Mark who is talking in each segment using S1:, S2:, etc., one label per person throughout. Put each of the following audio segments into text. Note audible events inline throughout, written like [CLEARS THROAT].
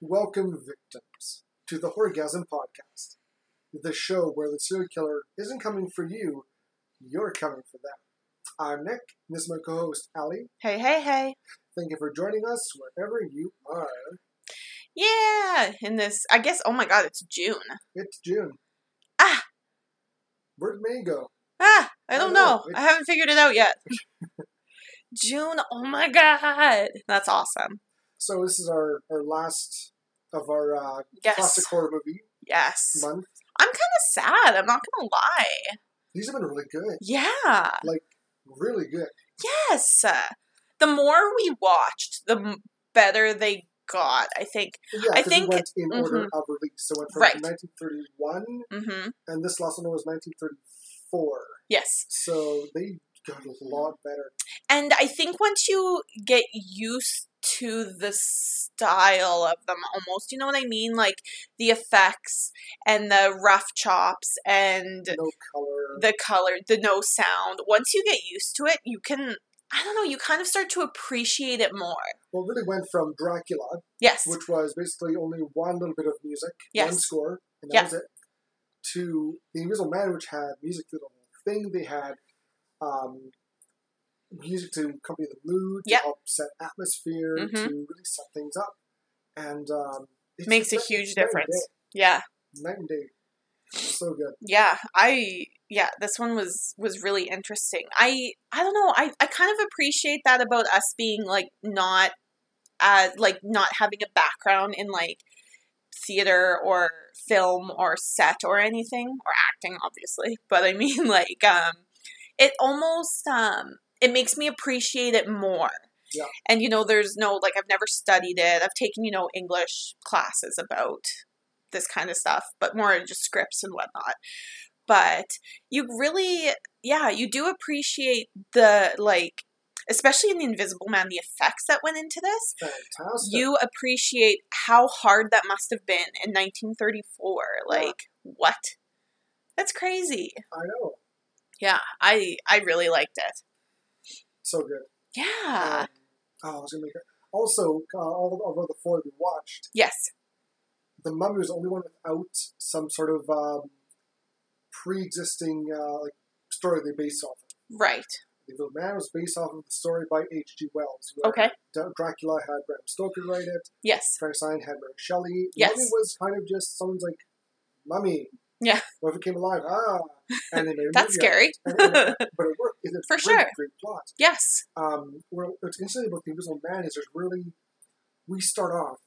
S1: Welcome, victims, to the Horgasm Podcast, the show where the serial killer isn't coming for you, you're coming for them. I'm Nick, and this is my co host, Allie.
S2: Hey, hey, hey.
S1: Thank you for joining us wherever you are.
S2: Yeah, in this, I guess, oh my god, it's June.
S1: It's June.
S2: Ah!
S1: Where'd May go?
S2: Ah, I
S1: I
S2: don't
S1: know,
S2: know. I
S1: it's-
S2: haven't figured it
S1: [LAUGHS]
S2: out yet. June, oh my god. That's awesome.
S1: So, this is our, our last of our uh,
S2: Yes.
S1: classic horror movie
S2: Yes.
S1: month.
S2: I'm kind of sad. I'm not going to lie.
S1: These have been really good.
S2: Yeah.
S1: Really good.
S2: Yes. The more we watched, the m- better they got, I think.
S1: Yeah,
S2: I
S1: 'cause
S2: think- mm-hmm.
S1: we went in order of release. So, it went from
S2: Right.
S1: 1931,
S2: hmm
S1: and this last one was 1934.
S2: Yes.
S1: So they got a lot better.
S2: And I think once you get used to the style of them almost, you know what I mean? Like the effects and the rough chops and
S1: No color.
S2: the color, the no sound. Once you get used to it, you can, I don't know, you kind of start to appreciate it more.
S1: Well, it really went from Dracula,
S2: Yes.
S1: which was basically only one little bit of music, one
S2: Yes.
S1: score, and that
S2: Yeah.
S1: was it, to The Invisible Man, which had music through the whole thing. They had um, music to accompany the mood, to
S2: Yeah.
S1: help set atmosphere,
S2: Mhm.
S1: to really set things up. And um, it's
S2: Makes
S1: [LAUGHS]
S2: a
S1: just night-
S2: huge
S1: night and
S2: difference. Yeah.
S1: day, Night and day. So good.
S2: yeah i yeah this one was was really interesting i i don't know i i kind of appreciate that about us being like not uh like not having a background in like theater or film or set or anything or acting obviously [LAUGHS] but i mean like um it almost um it makes me appreciate it more
S1: Yeah.
S2: and you know there's no like i've never studied it i've taken you know english classes about this kind of stuff but more just scripts and whatnot but you really yeah you do appreciate the like especially in the invisible man the effects that went into this
S1: Fantastic.
S2: you appreciate how hard that must have been in 1934
S1: Yeah.
S2: like what that's crazy
S1: I know.
S2: yeah i i really liked it
S1: So good.
S2: yeah
S1: Um, oh, I was gonna make it. Also, uh, all although the four we watched,
S2: yes
S1: the mummy was the only one without some sort of um, pre-existing uh, like story they based off. of.
S2: right
S1: The Little Man was based off of the story by H.G. Wells. where
S2: Okay.
S1: D- Dracula had Bram Stoker write it.
S2: yes
S1: Frankenstein had Mary Shelley. The
S2: Yes.
S1: Mummy was kind of just someone's like, "Mummy."
S2: Yeah.
S1: What if it came alive? Ah. And they made a
S2: [LAUGHS] that's
S1: movie out of [LAUGHS]
S2: scary
S1: it. And- and it- but it worked. It's a
S2: For
S1: really
S2: sure.
S1: Great plot.
S2: [LAUGHS] yes
S1: um, where what's interesting about the Invisible Man is there's really we start off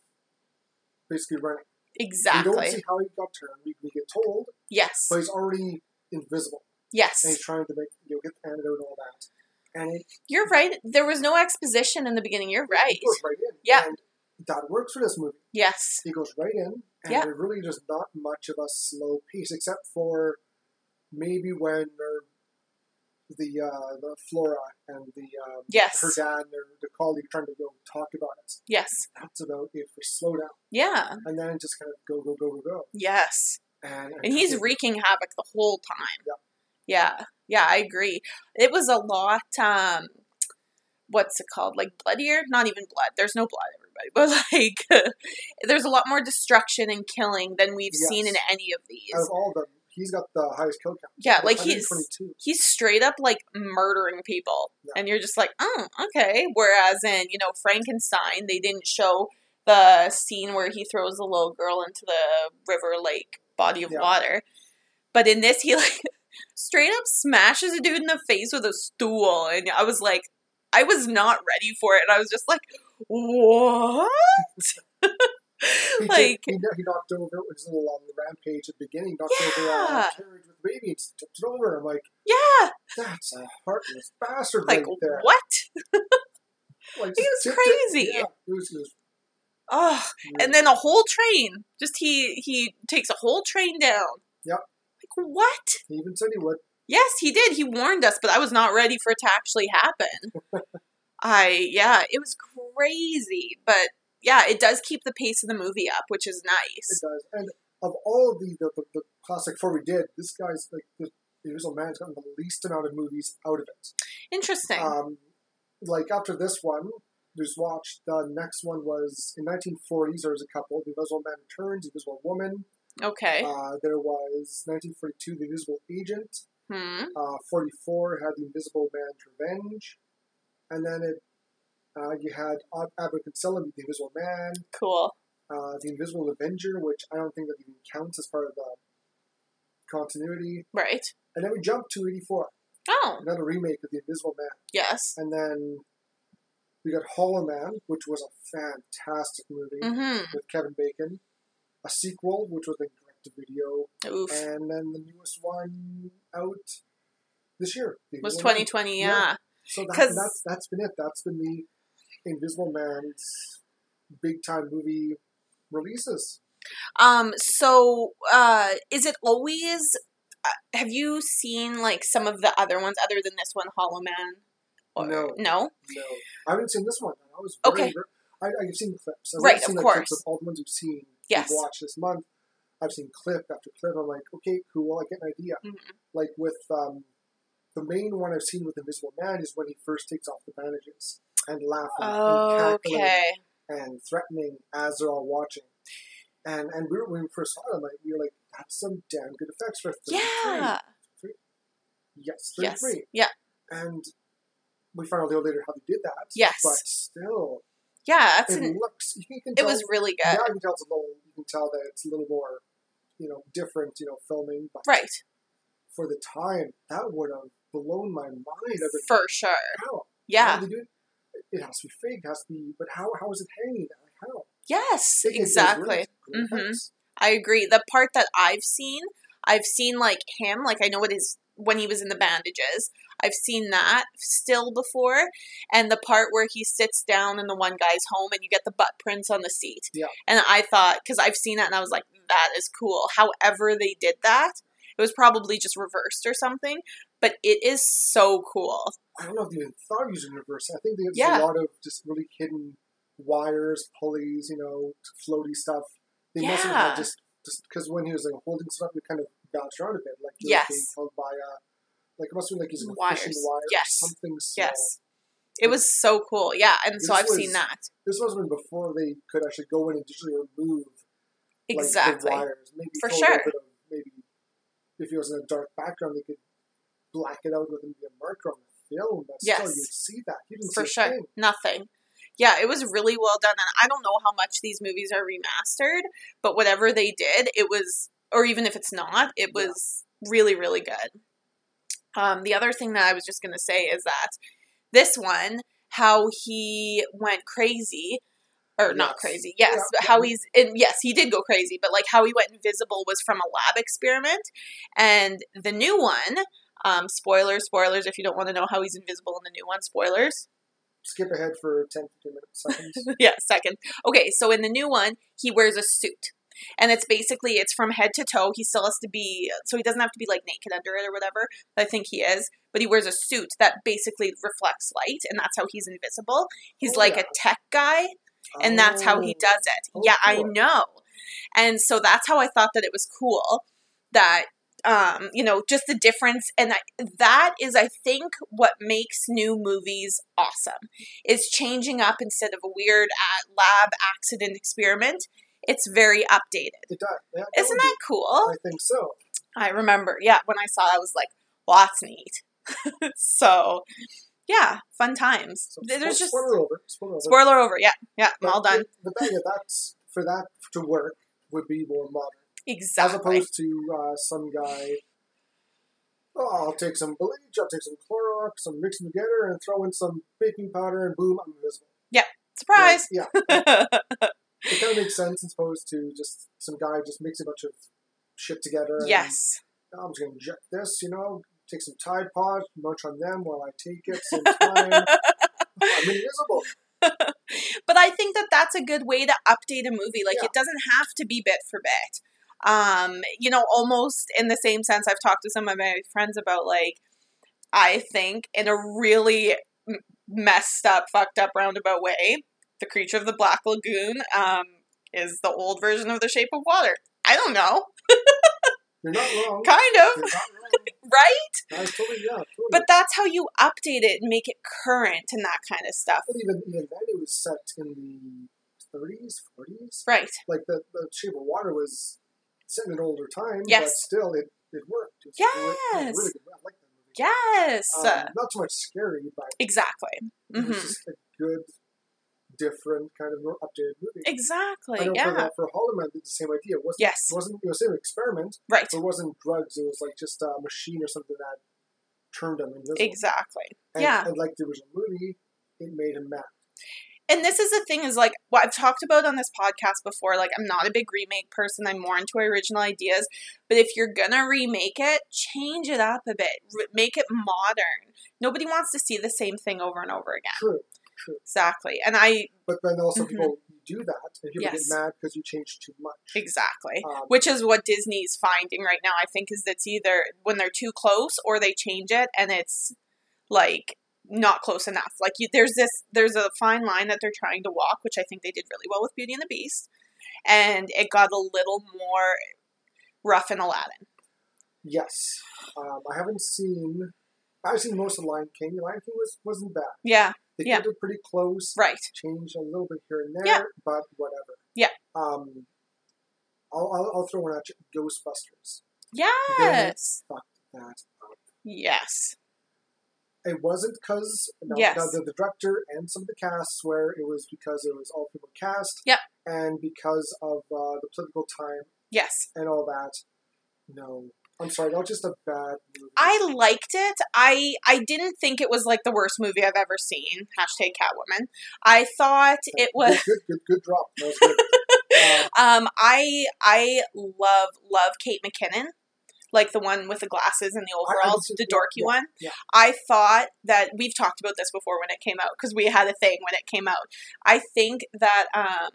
S1: basically running. We don't
S2: exactly
S1: see how he got turned. We, we get told,
S2: yes
S1: but he's already invisible, and
S2: yes
S1: he's trying to make you know, get the antidote and all that. And it
S2: you're right there was no exposition in the beginning you're right
S1: he goes right in.
S2: Yeah.
S1: And that works for this movie.
S2: yes
S1: He goes right in, and
S2: Yeah.
S1: there really there's not much of a slow pace except for maybe when or the uh, the Flora and the um,
S2: Yes.
S1: her dad and their, their colleague trying to go talk about it.
S2: yes
S1: That's about it for slow down.
S2: yeah
S1: and then just kind of go, go, go, go, go.
S2: yes
S1: And,
S2: and he's
S1: kind of-
S2: wreaking havoc the whole time. Yeah. yeah, I agree. It was a lot. um What's it called? Like bloodier? Not even blood. There's no blood, everybody. [LAUGHS] But like, there's a lot more destruction and killing than we've seen in
S1: Yes. Oh,
S2: any of these.
S1: out of all of them, he's got the highest kill count.
S2: yeah, like he's
S1: 22.
S2: he's straight up like murdering people,
S1: Yeah.
S2: and you're just like, oh, okay. Whereas in you know Frankenstein, they didn't show the scene where he throws the little girl into the river lake body of
S1: Yeah.
S2: water, but in this, he [LAUGHS] like straight up smashes a dude in the face with a stool, and I was like, I was not ready for it, and I was just like, what?
S1: He did-
S2: like,
S1: he, kno- he knocked over his little um, rampage at the beginning, knocked over uh,
S2: Yeah.
S1: a carriage with the baby, and just tipped it over. I'm like,
S2: yeah,
S1: that's a heartless bastard
S2: like
S1: right there.
S2: what?
S1: Like,
S2: He
S1: just
S2: was
S1: tipped it-
S2: crazy.
S1: yeah, it was, it was
S2: Oh,
S1: really-
S2: and then a whole train. Just he he takes a whole train down.
S1: Yep.
S2: Like what?
S1: he even said he would.
S2: Yes, he did. He warned us, but I was not ready for it to actually happen. I yeah, it was crazy, but yeah, it does keep the pace of the movie up, which is
S1: It
S2: nice.
S1: does. And of all of the, the, the, the classic four we did, this guy's like, the, the original man's gotten the least amount of movies out of it.
S2: Interesting.
S1: Um, like after this one, there's watched. The next one was in 1940s. There was a couple. The Invisible Man Returns. The Invisible Woman.
S2: Okay.
S1: Uh, there was 1942. The Invisible Agent.
S2: hmm.
S1: Uh, 44 had The Invisible Man's Revenge, and then it uh, you had Ab- Abraxantilla, The Invisible Man,
S2: Cool.
S1: uh, The Invisible Avenger, which I don't think that even counts as part of the continuity.
S2: Right.
S1: And then we jumped to 84,
S2: Oh,
S1: another remake of The Invisible Man.
S2: yes.
S1: And then we got Hollow Man, which was a fantastic movie
S2: Mm
S1: with Kevin Bacon, a sequel, which was like direct to video,
S2: hmm. Oof.
S1: and then the newest one out this year. The
S2: Was
S1: Invisible Man.
S2: 2020,
S1: Yeah.
S2: yeah.
S1: So that,
S2: 'Cause-
S1: that's that's been it. That's been the Invisible Man's big time movie releases.
S2: Um, so uh, is it always? Uh, have you seen like some of the other ones other than this one, Hollow Man?
S1: No.
S2: No.
S1: No, I haven't seen this one. I was very,
S2: Okay.
S1: ver- I, I've seen clips. I've
S2: Right,
S1: seen
S2: of
S1: like, clips
S2: course.
S1: of all the ones we've seen,
S2: Yes.
S1: we've watched this month. I've seen clip after clip. I'm like, okay, cool. I get an idea.
S2: Mhm.
S1: Like with um, the main one I've seen with Invisible Man is when he first takes off the bandages and laughing and cackling
S2: Okay.
S1: and threatening as they're all watching. And and we were, when we first saw them, like we were like, that's some damn good effects for 33.
S2: Yeah.
S1: Yes, 33.
S2: Yes. Yeah.
S1: And we found out a little later how they did that.
S2: Yes.
S1: But still,
S2: Yeah. That's
S1: it
S2: an,
S1: looks, you can
S2: it
S1: tell.
S2: was really
S1: yeah,
S2: good.
S1: you can tell it's a little, you can tell that it's a little more, you know, different, you know, filming. But
S2: Right.
S1: for the time, that would have blown my mind. I've been,
S2: For sure.
S1: how? How
S2: Yeah.
S1: they do it? It has to be fake. It has to be, but how, how is it hanging? Like, How?
S2: Yes.
S1: It- it was
S2: Exactly.
S1: really great
S2: Mhm.
S1: effects.
S2: I agree. The part that I've seen, I've seen like him, like I know it is when he was in the bandages. I've seen that still before, and the part where he sits down in the one guy's home and you get the butt prints on the seat.
S1: Yeah.
S2: And I thought because I've seen that and I was like, that is cool. However, they did that. It was probably just reversed or something, but it is so cool.
S1: I don't know if they even thought of using reverse. I think there's
S2: Yeah.
S1: a lot of just really hidden wires, pulleys, you know, floaty stuff. They must have
S2: Yeah.
S1: had just just because when he was like holding stuff, it kind of bounced around a bit, like he was being
S2: Yes.
S1: held by a like it must have been like using a
S2: Wires.
S1: fishing wire, or
S2: Yes.
S1: something small.
S2: Yes. It was so cool. Yeah, and so
S1: This
S2: I've seen
S1: was-
S2: that.
S1: This must have been before they could actually go in and digitally remove like,
S2: Exactly.
S1: the wires. Maybe
S2: For
S1: throw a little
S2: sure.
S1: bit of- maybe if it was in a dark background, they could black it out with maybe a marker on the film. But still,
S2: Yes.
S1: you'd see that. You didn't
S2: for
S1: see a
S2: sure.
S1: thing.
S2: Nothing. Yeah, it was really well done, and I don't know how much these movies are remastered, but whatever they did, it was, or even if it's not, it
S1: Yeah.
S2: was really, really good. Um, the other thing that I was just gonna say is that this one, how he went crazy, or not
S1: Yes.
S2: crazy, yes,
S1: Yeah,
S2: but
S1: yeah.
S2: how he's, and yes, he did go crazy, but like how he went invisible was from a lab experiment, and the new one, um, spoilers, spoilers, if you don't want to know how he's invisible in the new one, spoilers
S1: skip ahead for 10 15 minutes seconds.
S2: yeah, second. Okay, so in the new one, he wears a suit. And it's basically it's from head to toe. He still has to be so he doesn't have to be like naked under it or whatever. I think he is, but he wears a suit that basically reflects light and that's how he's invisible. He's
S1: Oh,
S2: like
S1: yeah.
S2: a tech guy [LAUGHS] and that's how he
S1: Oh,
S2: does it.
S1: Oh,
S2: yeah, I
S1: cool.
S2: know. And so that's how I thought that it was cool that um, you know, just the difference and I, that is I think what makes new movies awesome is changing up instead of a weird uh, lab accident experiment. It's very updated.
S1: It does. Yeah,
S2: Isn't
S1: would
S2: that
S1: be-
S2: cool?
S1: I think so.
S2: I remember. Yeah, when I saw it, I was like, well, that's neat. [LAUGHS] so, yeah, fun times.
S1: so
S2: There's
S1: spo-
S2: just
S1: spoiler over. Spoiler over.
S2: spoiler over. Yeah, yeah, I'm
S1: But-
S2: all done.
S1: But that, yeah, that's for that to work would be more modern, as
S2: Exactly.
S1: opposed to uh, some guy. Oh, I'll take some bleach. I'll take some Clorox. Some mix them together and throw in some baking powder, and boom, I'm invisible.
S2: Surprise.
S1: Like, yeah, it kind of makes sense as opposed to just some guy just mix a bunch of shit together. and [LAUGHS]
S2: yes.
S1: I'm just gonna inject this, you know, take some Tide Pod, munch on them while I take it. Same
S2: [LAUGHS]
S1: time, I'm invisible.
S2: But I think that that's a good way to update a movie. Like
S1: Yeah.
S2: it doesn't have to be bit for bit. Um, you know, almost in the same sense I've talked to some of my friends about like I think in a really m- messed up, fucked up roundabout way, the creature of the black lagoon um is the old version of the shape of water. I don't know.
S1: You're not wrong.
S2: kind
S1: You're
S2: of,
S1: not wrong.
S2: [LAUGHS] right?
S1: I totally, yeah, totally.
S2: But that's how you update it and make it current and that kind of stuff.
S1: But even even then, it was set in the 30s, 40s.
S2: Right.
S1: Like the, the Shape of Water was set in an older time, but
S2: Yes.
S1: still it, it worked. It was really- it was
S2: Yes.
S1: really good. I like that movie.
S2: Yes.
S1: Um, not so much scary, but
S2: exactly.
S1: it was
S2: hmm
S1: just a good, different kind of updated movie. I
S2: Exactly.
S1: know for,
S2: Yeah.
S1: that, for Hollow Man, did the same idea. It wasn't,
S2: Yes.
S1: it wasn't it was the same experiment,
S2: Right.
S1: but it wasn't drugs. It was like just a machine or something that turned him invisible.
S2: Exactly.
S1: And,
S2: yeah.
S1: and like the original movie, it made him mad.
S2: and this is the thing is like what I've talked about on this podcast before. Like I'm not a big remake person. I'm more into original ideas. But if you're gonna remake it, change it up a bit. Re- make it modern. Nobody wants to see the same thing over and over again.
S1: True.
S2: Exactly. And I
S1: But then also
S2: Mhm.
S1: people do that, and people
S2: Yes.
S1: get mad because you change too much.
S2: exactly.
S1: Um,
S2: Which is what Disney's finding right now. I think is that's either when they're too close or they change it and it's like not close enough. Like you, there's this there's a fine line that they're trying to walk, which I think they did really well with Beauty and the Beast, and it got a little more rough in Aladdin.
S1: yes, um, I haven't seen. I've seen most of Lion King. Lion King was wasn't bad.
S2: Yeah,
S1: They
S2: Yeah.
S1: kept it pretty close.
S2: right.
S1: Changed a little bit here and there,
S2: Yeah.
S1: but whatever.
S2: Yeah.
S1: Um, I'll, I'll, I'll throw one at you. Ghostbusters.
S2: Yes,
S1: That up.
S2: yes,
S1: it wasn't because
S2: Yes.
S1: the, the director and some of the cast swear it was because it was all people cast.
S2: Yep.
S1: And because of uh, the political time
S2: yes.
S1: and all that. No, I'm sorry, that was just a bad movie.
S2: I liked it. I I didn't think it was like the worst movie I've ever seen. Hashtag Catwoman. I thought it was.
S1: good, good, good, good drop. That was good.
S2: [LAUGHS]
S1: Uh,
S2: um, I I love love Kate McKinnon, like the one with the glasses and the
S1: I
S2: overalls,
S1: did
S2: the
S1: too,
S2: dorky
S1: yeah,
S2: one.
S1: yeah.
S2: I thought that we've talked about this before when it came out because we had a thing when it came out. I think that um,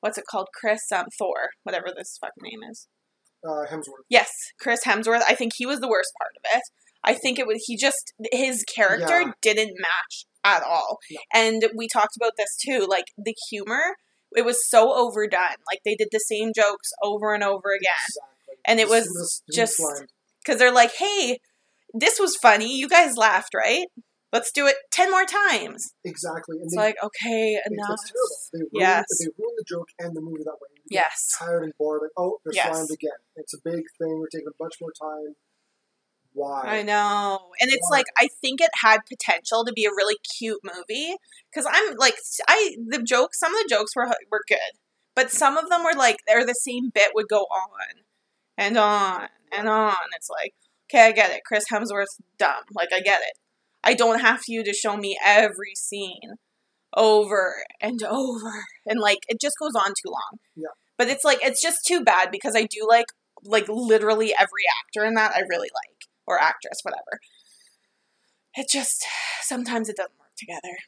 S2: what's it called, Chris um, Thor, whatever this fucking name is.
S1: uh, Hemsworth.
S2: Yes, Chris Hemsworth. I think he was the worst part of it. I think it was he just his character
S1: Yeah.
S2: didn't match at all.
S1: No.
S2: And we talked about this too, like the humor, it was so overdone. Like they did the same jokes over and over again.
S1: Exactly.
S2: And it was just- Cuz they're like, "Hey, this was funny. You guys laughed, right? Let's do it 10 more times."
S1: exactly. And
S2: It's
S1: they,
S2: like, "Okay,
S1: they,
S2: enough."
S1: that's terrible. They ruined,
S2: Yes.
S1: they ruined the joke and the movie that way. You get
S2: Yes.
S1: Tired and bored. Like, oh, they're
S2: Yes.
S1: slimed again. It's a big thing. We're taking much more time. Why?
S2: I know. And it's like I think it had potential to be a really cute movie cuz I'm like I the jokes some of the jokes were were good, but some of them were like they're the same bit would go on and on and on. It's like, okay, I get it. Chris Hemsworth's dumb. Like I get it. I don't have you to show me every scene over and over and like it just goes on too long.
S1: Yeah.
S2: But it's like it's just too bad because I do like like literally every actor in that I really like or actress, whatever. It just sometimes it doesn't work together.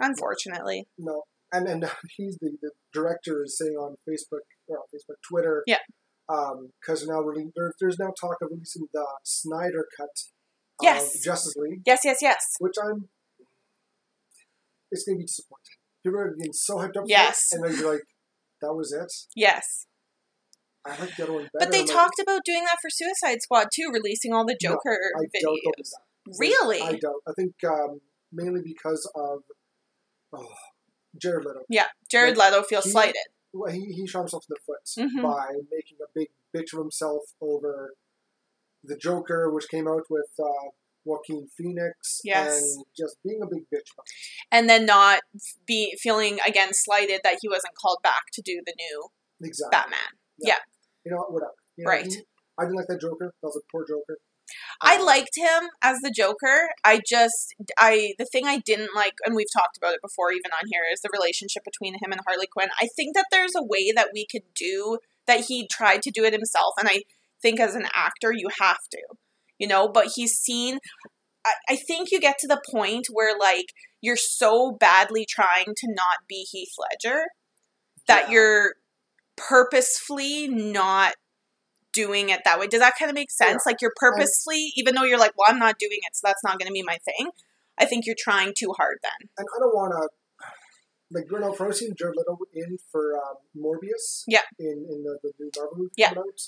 S2: Unfortunately.
S1: No, and and [LAUGHS] he's the, the director is saying on Facebook or on Facebook Twitter.
S2: Yeah.
S1: Because now really, there, there's now talk of releasing the Snyder cut. Of
S2: Yes.
S1: Justice League,
S2: Yes, yes, yes.
S1: which I'm. It's gonna be disappointing. People are getting so hyped up.
S2: Yes.
S1: For it, and then you're like, that was it.
S2: Yes.
S1: I like the other one better.
S2: But they
S1: I'm like,
S2: talked about doing that for Suicide Squad too, releasing all the
S1: No,
S2: Joker
S1: I don't go with
S2: videos.
S1: that.
S2: Really?
S1: I don't. I think um, mainly because of oh, Jared Leto.
S2: yeah. Jared Leto feels
S1: He-
S2: slighted.
S1: well, he, he shot himself in the foot
S2: Mhm.
S1: by making a big bitch of himself over the Joker, which came out with uh, Joaquin Phoenix,
S2: Yes.
S1: and just being a big bitch. about it.
S2: And then not be feeling again slighted that he wasn't called back to do the new
S1: Exactly.
S2: Batman.
S1: You know, whatever. You know,
S2: Right.
S1: he- I didn't like that Joker. That was a poor Joker.
S2: I
S1: Um,
S2: liked him as the Joker. I just I the thing I didn't like and we've talked about it before even on here is the relationship between him and Harley Quinn. I think that there's a way that we could do that he tried to do it himself and I think as an actor you have to. You know, but he's seen I, I think you get to the point where like you're so badly trying to not be Heath Ledger that
S1: yeah.
S2: you're purposefully not doing it that way. Does that kind of make sense? Like you're purposely, even though you're like, well, I'm not doing it, so that's not going to be my thing. I think you're trying too hard then.
S1: And I don't want to. Like Bruno Protein, Jared Leto in for um, Morbius.
S2: Yeah.
S1: In in the, the new Marvel movie
S2: Yeah.
S1: coming out.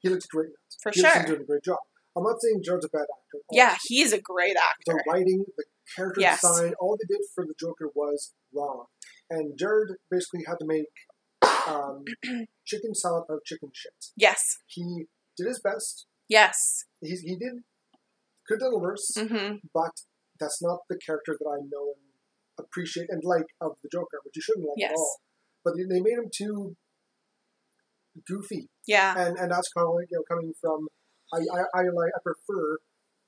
S1: He looks great. in it.
S2: For
S1: he looks like he's
S2: sure.
S1: doing a great job. I'm not saying Jared's a bad actor. at all.
S2: Yeah, he is a great actor.
S1: the writing, the character
S2: Yes.
S1: design, all they did for the Joker was wrong. And Jared basically had to make
S2: [CLEARS THROAT]
S1: um, chicken salad out of chicken shit.
S2: Yes.
S1: He did his best.
S2: Yes.
S1: He, he did could have done worse,
S2: hmm
S1: but that's not the character that I know and appreciate and like of the Joker, which you shouldn't like
S2: Yes.
S1: at all. But they- they made him too goofy,
S2: Yeah.
S1: and and that's kind of like you know coming from I I I, like, I prefer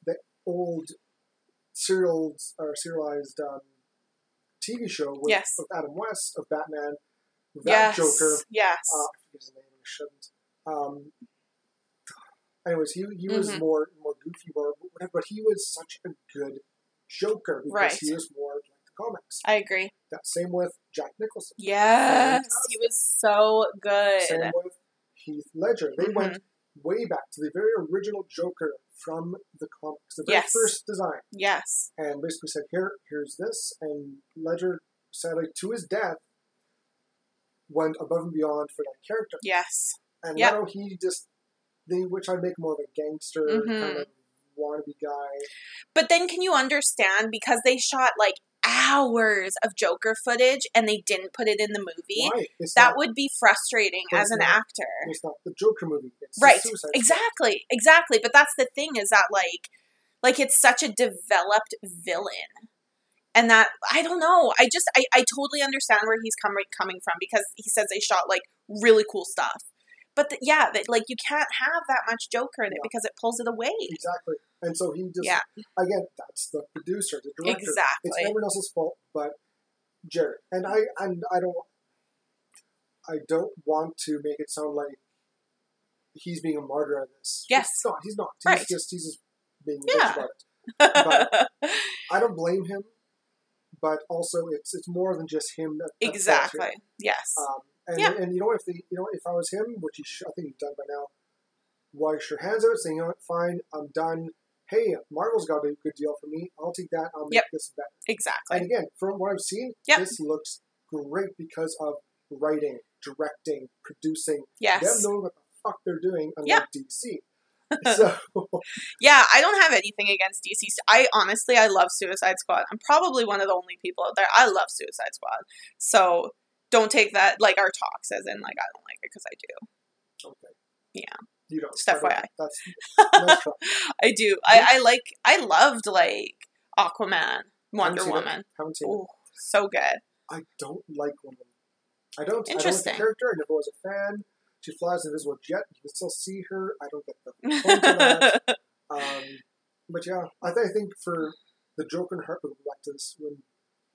S1: the old serial or serialized um, TV show with,
S2: Yes.
S1: with Adam West of Batman, that
S2: yes.
S1: Joker.
S2: Yes.
S1: Uh, I forget his name. I shouldn't. Um, anyways, he he was
S2: Mhm.
S1: more more goofy, more whatever. But he was such a good Joker because
S2: Right.
S1: he was more like the comics.
S2: I agree.
S1: That same with Jack Nicholson.
S2: Yes. He was so good.
S1: Same with Heath Ledger. They
S2: Mhm.
S1: went way back to the very original Joker from the comics, the very
S2: Yes.
S1: first design,
S2: Yes.
S1: and basically said, "Here, here's this." And Ledger, sadly, to his death, went above and beyond for that character.
S2: Yes.
S1: And
S2: Yep.
S1: now he just they which I make more of a gangster
S2: Mm-hmm.
S1: kind of wannabe guy.
S2: But then can you understand because they shot like hours of Joker footage and they didn't put it in the movie?
S1: Why? It's
S2: That
S1: not,
S2: would be frustrating
S1: But
S2: as
S1: it's
S2: an
S1: not.
S2: actor.
S1: it's not the Joker movie. It's the
S2: Right.
S1: Suicide Squad.
S2: Exactly. Exactly. But that's the thing is that like like it's such a developed villain. And that I don't know. I just I, I totally understand where he's coming coming from because he says they shot like really cool stuff. But the, yeah, that like you can't have that much Joker in it
S1: No.
S2: because it pulls it away.
S1: Exactly. And so he just
S2: Yeah.
S1: again, that's the producer, the director. It's
S2: Exactly.
S1: everyone else's fault but Jared. And I and I don't I don't want to make it sound like he's being a martyr on this.
S2: Yes.
S1: It's not. He's not. He's
S2: Right.
S1: just he's just being a bitch
S2: Yeah.
S1: about it. But- I don't blame him, but also it's it's more than just him. That, that's fault here.
S2: [LAUGHS] exactly. Yes.
S1: Um, and,
S2: Yeah.
S1: and you know what, if they, you know if I was him, which he sh- I think he's done by now, wash your hands of it, saying, you know what, fine, I'm done. Hey, Marvel's got a good deal for me. I'll take that. I'll make
S2: Yep.
S1: this better.
S2: exactly.
S1: And again, from what I've seen,
S2: Yep.
S1: this looks great because of writing, directing, producing.
S2: Yes.
S1: Them knowing what the fuck they're doing, unlike
S2: Yeah. [LAUGHS]
S1: DC. so [LAUGHS]
S2: Yeah, I don't have anything against DC. I honestly, I love Suicide Squad. I'm probably one of the only people out there. I love Suicide Squad. So don't take that, like, our talks as in, like, I don't like it because I do.
S1: okay.
S2: Yeah.
S1: You know,
S2: Just [LAUGHS] FYI.
S1: That's, that's true.
S2: [LAUGHS] I do. I, I like, I loved, like, Aquaman, Wonder
S1: seen it.
S2: Woman.
S1: Haven't seen it.
S2: Ooh, so good.
S1: I don't like Wonder Woman. I don't.
S2: Interesting.
S1: I don't like the character. I never was a fan. She flies an invisible jet. You can still see her. I don't get the point of
S2: [LAUGHS]
S1: that. Um, but yeah, I, th- I think for the Joker and her, we'll go back to this when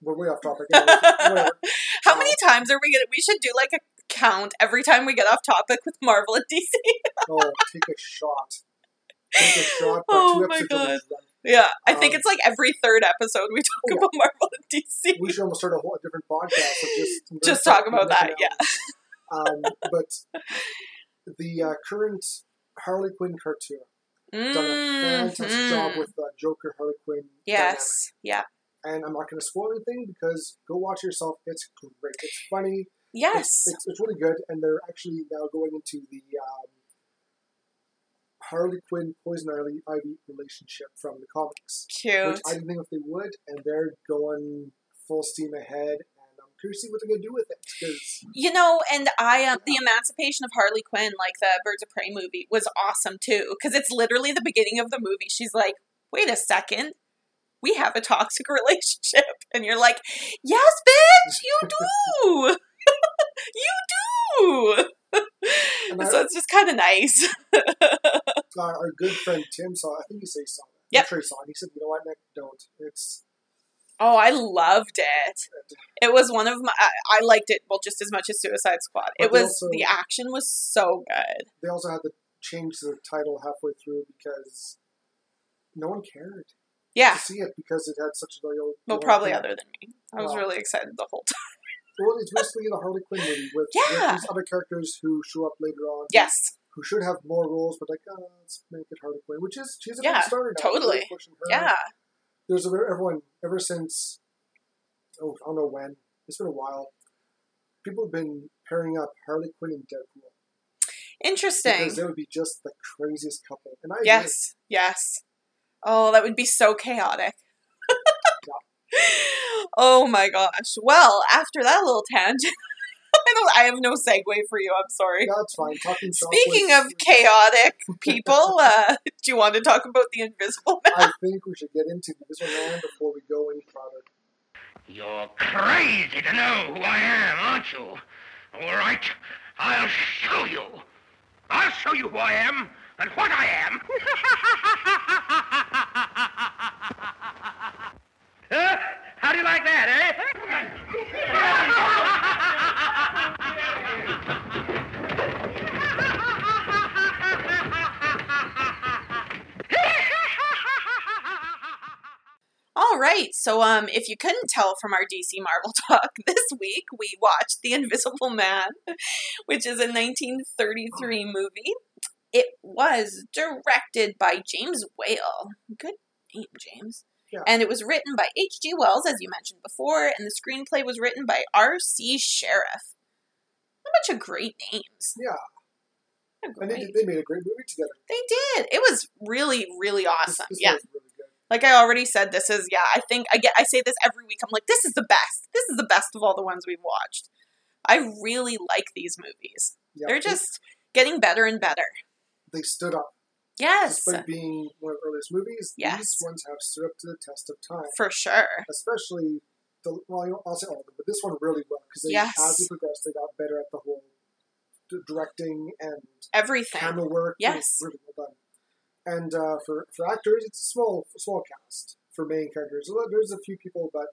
S1: we're way off
S2: [LAUGHS]
S1: topic. Anyway,
S2: How many times are we going to, we should do, like, a count every time we get off topic with Marvel and DC.
S1: oh, take a shot. Take a shot. but
S2: [LAUGHS] Oh
S1: two
S2: my
S1: episodes of this run.
S2: Yeah, I think
S1: Um,
S2: it's like every third episode we talk
S1: Yeah.
S2: about Marvel and DC.
S1: We should almost start a whole different podcast of
S2: [LAUGHS]
S1: just
S2: Just talk about that,
S1: Yeah. Um, but the uh, current Harley Quinn cartoon. done a fantastic job
S2: Mhm.
S1: with uh, Joker, Harley Quinn. dynamic.
S2: Yes. Yeah.
S1: And I'm not going to spoil anything because go watch it yourself. It's great. It's funny.
S2: Yes.
S1: It's, it's, it's really good. And they're actually now going into the um, Harley Quinn Poison Ivy, Ivy relationship from the comics,
S2: Cute.
S1: which I didn't think if they would. And they're going full steam ahead. And I'm curious to see what they're going to do with it
S2: [LAUGHS]
S1: because
S2: You know, and I um, the emancipation of Harley Quinn, like the Birds of Prey movie, was awesome too because it's literally the beginning of the movie. She's like, "Wait a second, we have a toxic [LAUGHS] relationship," and you're like, "Yes, bitch,
S1: [LAUGHS]
S2: you do, [LAUGHS] you
S1: And I-
S2: [LAUGHS] do." so it's just kind of nice.
S1: uh, our good friend Tim saw. I think he said he saw. it.
S2: Yep.
S1: I'm sure he saw it. He said, "You know what? Nick, don't." It's
S2: Oh, I loved it. It was one of my. I, I liked it well just as much as Suicide Squad.
S1: But
S2: it was
S1: also-
S2: the action was so good.
S1: they also had to change the title halfway through because no one cared
S2: Yeah.
S1: to see it because it had such a loyal.
S2: Well,
S1: loyal
S2: probably
S1: thing.
S2: other than me. I was
S1: Wow.
S2: really excited the whole time.
S1: Well, it's basically the Harley Quinn movie with,
S2: Yeah.
S1: with these other characters who show up later on.
S2: Yes,
S1: Who should have more roles, but like, oh, let's make it Harley Quinn, which is she's a
S2: Yeah,
S1: big starter now.
S2: totally.
S1: Really pushing her.
S2: yeah,
S1: There's a, everyone ever since. Oh, I don't know when. It's been a while. People have been pairing up Harley Quinn and Deadpool.
S2: Interesting.
S1: because they would be just the craziest couple. And I agree.
S2: Yes, yes. Oh, that would be so chaotic. [LAUGHS] oh my gosh. Well, after that little tangent, [LAUGHS] I don't I have no segue for you. I'm sorry.
S1: that's fine. Talking shop
S2: Speaking
S1: was-
S2: of
S1: [LAUGHS]
S2: chaotic people, uh, [LAUGHS] do you want to talk about the invisible man?
S1: I think we should get into the Invisible Man before we go any farther.
S3: You're crazy to know who I am, aren't you? All right, I'll show you. I'll show you who I am and what I am. [LAUGHS] Huh? How do you like eh? [LAUGHS] that, eh?
S2: All right. So, um, if you couldn't tell from our DC Marvel [LAUGHS] talk this week, we watched The Invisible Man, which is a 1933 movie. It was directed by James Whale. Good name, James.
S1: Yeah.
S2: And it was written by H.G. Wells, as you mentioned before, and the screenplay was written by R.C. Sheriff. A bunch of great names.
S1: Yeah.
S2: What a
S1: And they,
S2: great-
S1: did- they made a great movie together.
S2: They did. It was really, really
S1: This-
S2: awesome.
S1: this
S2: yeah.
S1: was really good.
S2: Like I already said, this is yeah. I think I get. I say this every week. I'm like, this is the best. This is the best of all the ones we've watched. I really like these movies.
S1: Yeah,
S2: They're
S1: they-
S2: just getting better and better.
S1: they stood up.
S2: Yes,
S1: Despite being one of the earliest movies, these
S2: Yes.
S1: ones have stood up to the test of time.
S2: for sure.
S1: Especially the well, you know, I'll say all of them, but this one really well because they,
S2: Yes.
S1: as they progressed, they got better at the whole d- directing and
S2: Everything.
S1: camera work. It was
S2: Yes.
S1: really well done. And uh, for for actors, it's a small small cast for main characters. Although There's a few people, but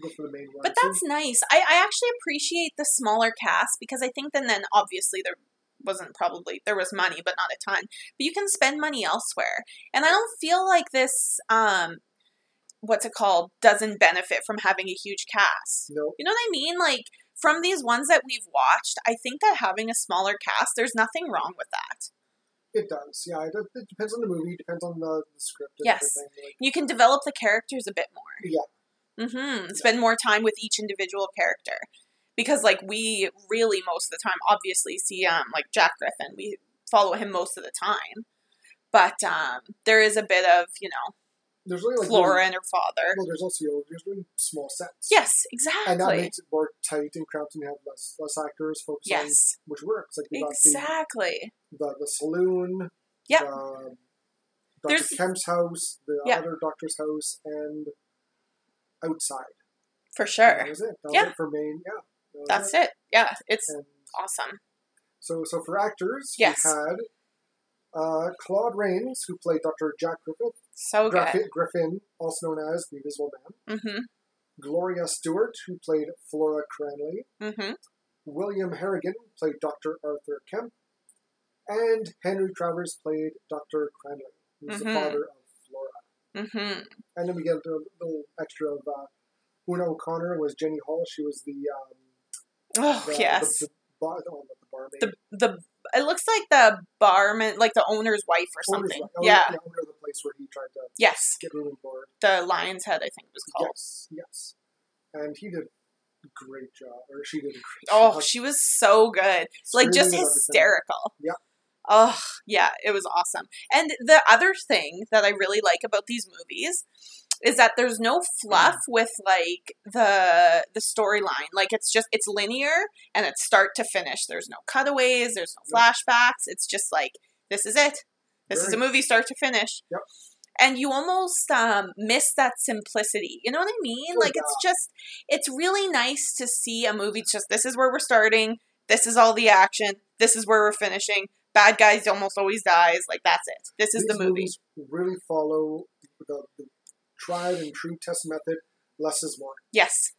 S1: go for the main ones.
S2: But
S1: So
S2: that's nice. I, I actually appreciate the smaller cast because I think then then obviously there wasn't probably there was money, but not a ton. But you can spend money elsewhere, and I don't feel like this. um What's it called? Doesn't benefit from having a huge cast.
S1: no,
S2: You know what I mean? Like from these ones that we've watched, I think that having a smaller cast, there's nothing wrong with that.
S1: it does. Yeah, it, it depends on the movie. Depends on the, the script. And
S2: Yes.
S1: everything. Like,
S2: You can develop the characters a bit more.
S1: Yeah.
S2: Mhm. Spend more time with each individual character. Because like we really most of the time obviously see um like Jack Griffin, we follow him most of the time. But um there is a bit of, you know,
S1: there's really like
S2: Flora
S1: really-
S2: and her father.
S1: well, there's also you know, there's really small sets.
S2: Yes,
S1: And that
S2: exactly.
S1: makes it more tight and cramped, and you have less less actors focus on
S2: Yes.
S1: which works. Like we got
S2: Exactly.
S1: the, the the saloon,
S2: Yep.
S1: the Doctor
S2: There's-
S1: Kemp's house, the
S2: Yeah.
S1: other doctor's house, and outside.
S2: For
S1: And
S2: sure.
S1: That was it. That was
S2: Er, Yeah.
S1: it for Maine. Yeah. that was
S2: That's it. Yeah, it's
S1: And
S2: awesome.
S1: so so for actors,
S2: Yes.
S1: we had uh, Claude Rains, who played Doctor Jack Griffith,
S2: So good.
S1: Griffin, Griffin, also known as the Invisible Man.
S2: Mhm.
S1: Gloria Stewart, who played Flora Cranley.
S2: Mm-hmm.
S1: William Harrigan played Dr. Arthur Kemp, and Henry Travers played Dr. Cranley, who's the
S2: Mhm.
S1: father of Flora.
S2: Mm-hmm.
S1: And then we get a little extra of uh, Una O'Connor was Jenny Hall. She was the um,
S2: Oh
S1: the,
S2: yes.
S1: the, the, bar, no, not the barmaid.
S2: The, the it looks like the barman, like the owner's wife or
S1: owner's
S2: something.
S1: wife. Oh,
S2: yeah.
S1: the owner of the place where he tried to
S2: Yes.
S1: get room and board.
S2: The lion's head, I think it was called.
S1: Yes, yes, and he did a great job, or she did a great
S2: Oh,
S1: job.
S2: she was so good.
S1: Screaming
S2: Like just
S1: and everything.
S2: hysterical.
S1: Yeah.
S2: Oh yeah, it was awesome. And the other thing that I really like about these movies is that there's no fluff
S1: Mm.
S2: with like the the storyline. Like it's just it's linear and it's start to finish. There's no cutaways. There's no
S1: Yep.
S2: flashbacks. It's just like this is it. This is
S1: Very-
S2: a movie start to finish.
S1: Yep.
S2: And you almost um, miss that simplicity. You know what I mean?
S1: Oh,
S2: like it's just it's really nice to see a movie. It's just this is where we're starting. This is all the action. This is where we're finishing. Bad guys almost always dies. Like that's it. This is
S1: These
S2: the movie.
S1: movies really follow the, the tried and true test method, less is more.
S2: Yes.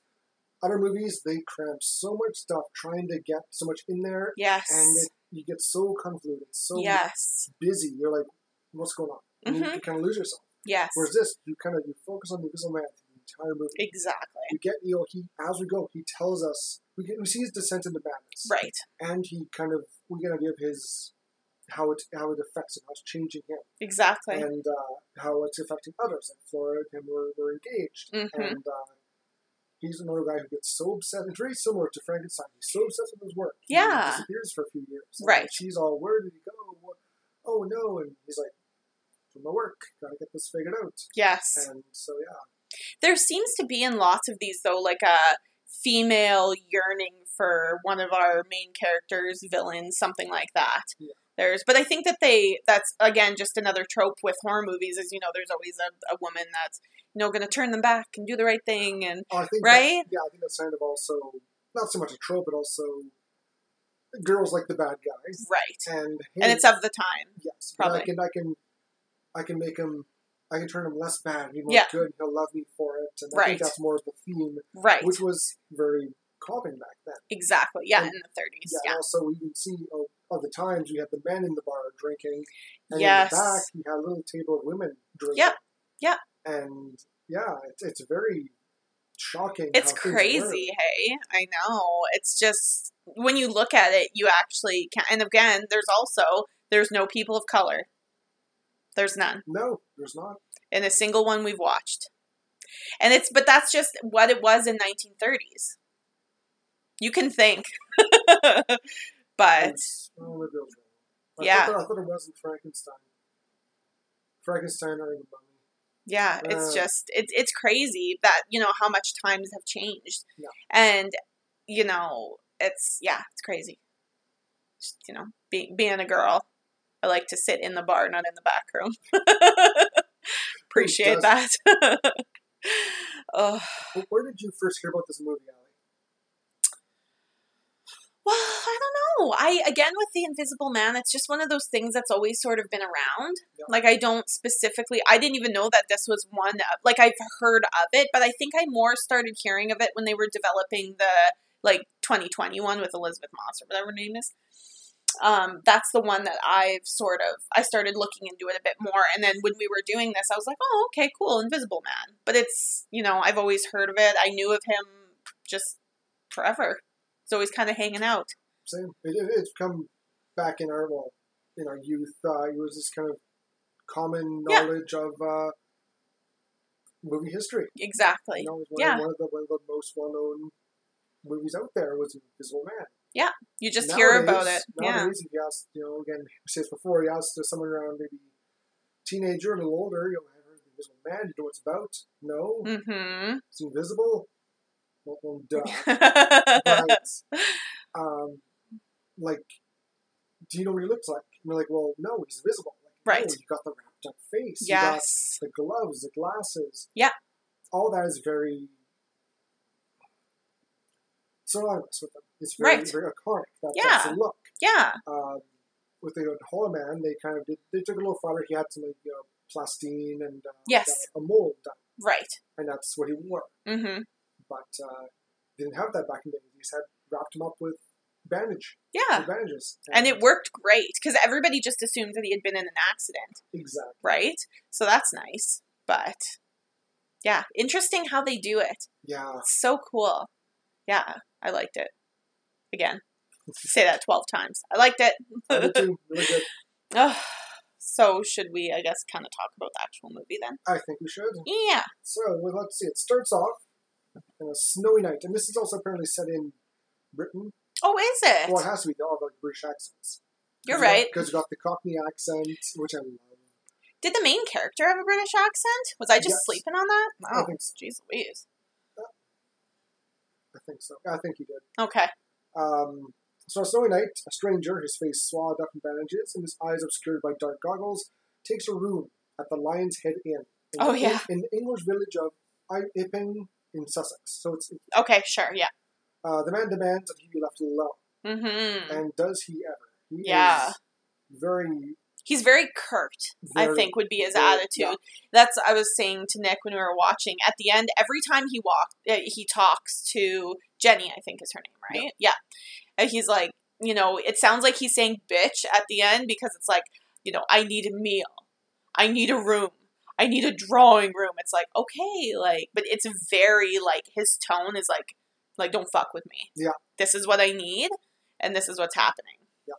S1: Other movies, they cram so much stuff trying to get so much in there,
S2: Yes.
S1: and it, you get so convoluted, so
S2: yes.
S1: busy. You're like, what's going on? And you,
S2: Mhm.
S1: you kind of lose yourself.
S2: Yes.
S1: Whereas this, you kind of you focus on the Invisible Man the entire movie.
S2: Exactly.
S1: You get, you know, he as we go, he tells us we, get, we see his descent into madness,
S2: Right.
S1: and he kind of we get an idea of his how it how it affects him, how it's changing him
S2: Exactly.
S1: and uh, how it's affecting others. Like Flora and him were, were engaged,
S2: Mhm.
S1: and uh, He's another guy who gets so obsessed, and very similar to Frankenstein. He's so obsessed with his work.
S2: Yeah.
S1: He disappears for a few years. And
S2: Right.
S1: She's all, where did he go? What? Oh, no. And he's like, to my work. Gotta get this figured out.
S2: Yes.
S1: And so, yeah.
S2: There seems to be in lots of these, though, like a female yearning for one of our main characters, villains, something like that.
S1: Yeah.
S2: There's, but I think that they, that's again just another trope with horror movies, is you know, there's always a, a woman that's, you know, going to turn them back and do the right thing. And
S1: Oh, I think that-
S2: Right?
S1: yeah, I think that's kind of also not so much a trope, but also girls like the bad guys,
S2: right.
S1: and
S2: And it's of the time.
S1: yes,
S2: probably.
S1: And I can, I can, I can make him, I can turn him less bad, and be more
S2: Yeah.
S1: good, and he'll love me for it, and I
S2: Right.
S1: think that's more of the theme,
S2: Right.
S1: which was very common back then.
S2: exactly. Yeah.
S1: And-
S2: in the 30s.
S1: Yeah,
S2: Yeah.
S1: and also we can see oh, other times you had the men in the bar drinking, and
S2: Yes.
S1: in the back you had a little table of women drinking.
S2: Yep, yep.
S1: And yeah, it's it's very shocking.
S2: It's
S1: how things were.
S2: crazy, hey? I know. It's just when you look at it, you actually can and again, there's also there's no people of color. There's none
S1: No, there's not.
S2: in a single one we've watched. And it's but that's just what it was in 1930s. You can think. [LAUGHS] but
S1: It's- oh, maybe I was wrong. I
S2: Yeah.
S1: Thought, I thought it wasn't Frankenstein. Frankenstein or the mummy.
S2: Yeah, it's
S1: Uh.
S2: just it's it's crazy that you know how much times have changed,
S1: Yeah.
S2: and you know it's yeah it's crazy. Just, you know, being being a girl, I like to sit in the bar, not in the back room. [LAUGHS] Appreciate that. [LAUGHS] oh
S1: But where did you first hear about this movie, Allie?
S2: well, I don't know. I again with the Invisible Man, it's just one of those things that's always sort of been around.
S1: Yeah.
S2: Like I don't specifically, I didn't even know that this was one. Of, like I've heard of it, but I think I more started hearing of it when they were developing the like 2021 with Elizabeth Moss or whatever her name is. Um, that's the one that I've sort of I started looking into it a bit more, and then when we were doing this, I was like, oh, okay, cool, Invisible Man. But it's you know I've always heard of it. I knew of him just forever. It's always kind of hanging out.
S1: Same. It, it, it's come back in our well, in our youth. Uh, it was this kind of common
S2: Yeah.
S1: knowledge of uh, movie history.
S2: Exactly.
S1: You know, it was one,
S2: yeah.
S1: one of the one of the most well known movies out there was Invisible Man.
S2: You just hear about it.
S1: Nowadays- Nowadays, if you ask, you know, again, I said this before, you ask someone around maybe teenager, a little older, you know, I heard the Invisible Man, you know what it's about? No,
S2: yeah. Mm-hmm.
S1: it's invisible. Well, well,
S2: [LAUGHS]
S1: [LAUGHS] duh.
S2: yeah.
S1: but, um, like, do you know what he looks like? And they're like, well, no, he's visible. Like,
S2: Right.
S1: No, you got the wrapped up face. you got
S2: Yes.
S1: the gloves, the glasses.
S2: Yeah.
S1: All that is very synonymous with them. It's very,
S2: Right.
S1: very iconic. That's,
S2: Yeah.
S1: that's the look.
S2: Yeah.
S1: Um, with the Hollow Man, they kind of did, they took it a little farther. He had some like you know, plastine and uh,
S2: Yes.
S1: uh, a mold done,
S2: Right.
S1: and that's what he wore.
S2: Mm-hmm.
S1: But uh, they didn't have that back in the day. They just had wrapped him up with bandage,
S2: Yeah.
S1: with bandages,
S2: And it worked great because everybody just assumed that he had been in an accident,
S1: exactly.
S2: right? So that's nice. But yeah, interesting how they do it. [LAUGHS]
S1: Yeah,
S2: It's so cool. Yeah, I liked it.
S1: [LAUGHS]
S2: Again, say that 12 times. I liked it.
S1: I did too. Really good.
S2: [LAUGHS] Ugh. so, should we, I guess, kind of talk about the actual movie then?
S1: I think we should.
S2: Yeah.
S1: So well, let's see. It starts off on a snowy night, and this is also apparently set in Britain.
S2: Oh, is it?
S1: Well, it has to be. They all have like British accents.
S2: You're right.
S1: Because you got the Cockney accent, which I love.
S2: Did the main character have a British accent? Was I just
S1: Yes.
S2: sleeping on that?
S1: I
S2: Wow.
S1: think so.
S2: Jeez Louise.
S1: I think so. I think he did.
S2: Okay.
S1: Um, so on a snowy night, a stranger, his face swathed up in bandages and his eyes obscured by dark goggles, takes a room at the Lion's Head Inn. In
S2: Oh,
S1: the,
S2: yeah.
S1: In the English village of I- Iping in Sussex. So it's
S2: Okay, sure, yeah.
S1: uh, the man demands that he be left alone,
S2: hmm
S1: and does he ever? He
S2: Yeah.
S1: is very,
S2: He's very curt, I
S1: very-
S2: think would be his
S1: very-
S2: attitude. That's I was saying to Nick when we were watching. At the end, every time he walked, uh, he talks to Jenny, I think is her name, right? Yeah. And he's like, you know, it sounds like he's saying bitch at the end because it's like, you know, I need a meal. I need a room. I need a drawing room. It's like, okay, like, but it's very like his tone is like like don't fuck with me.
S1: Yeah.
S2: This is what I need and this is what's happening.
S1: Yeah.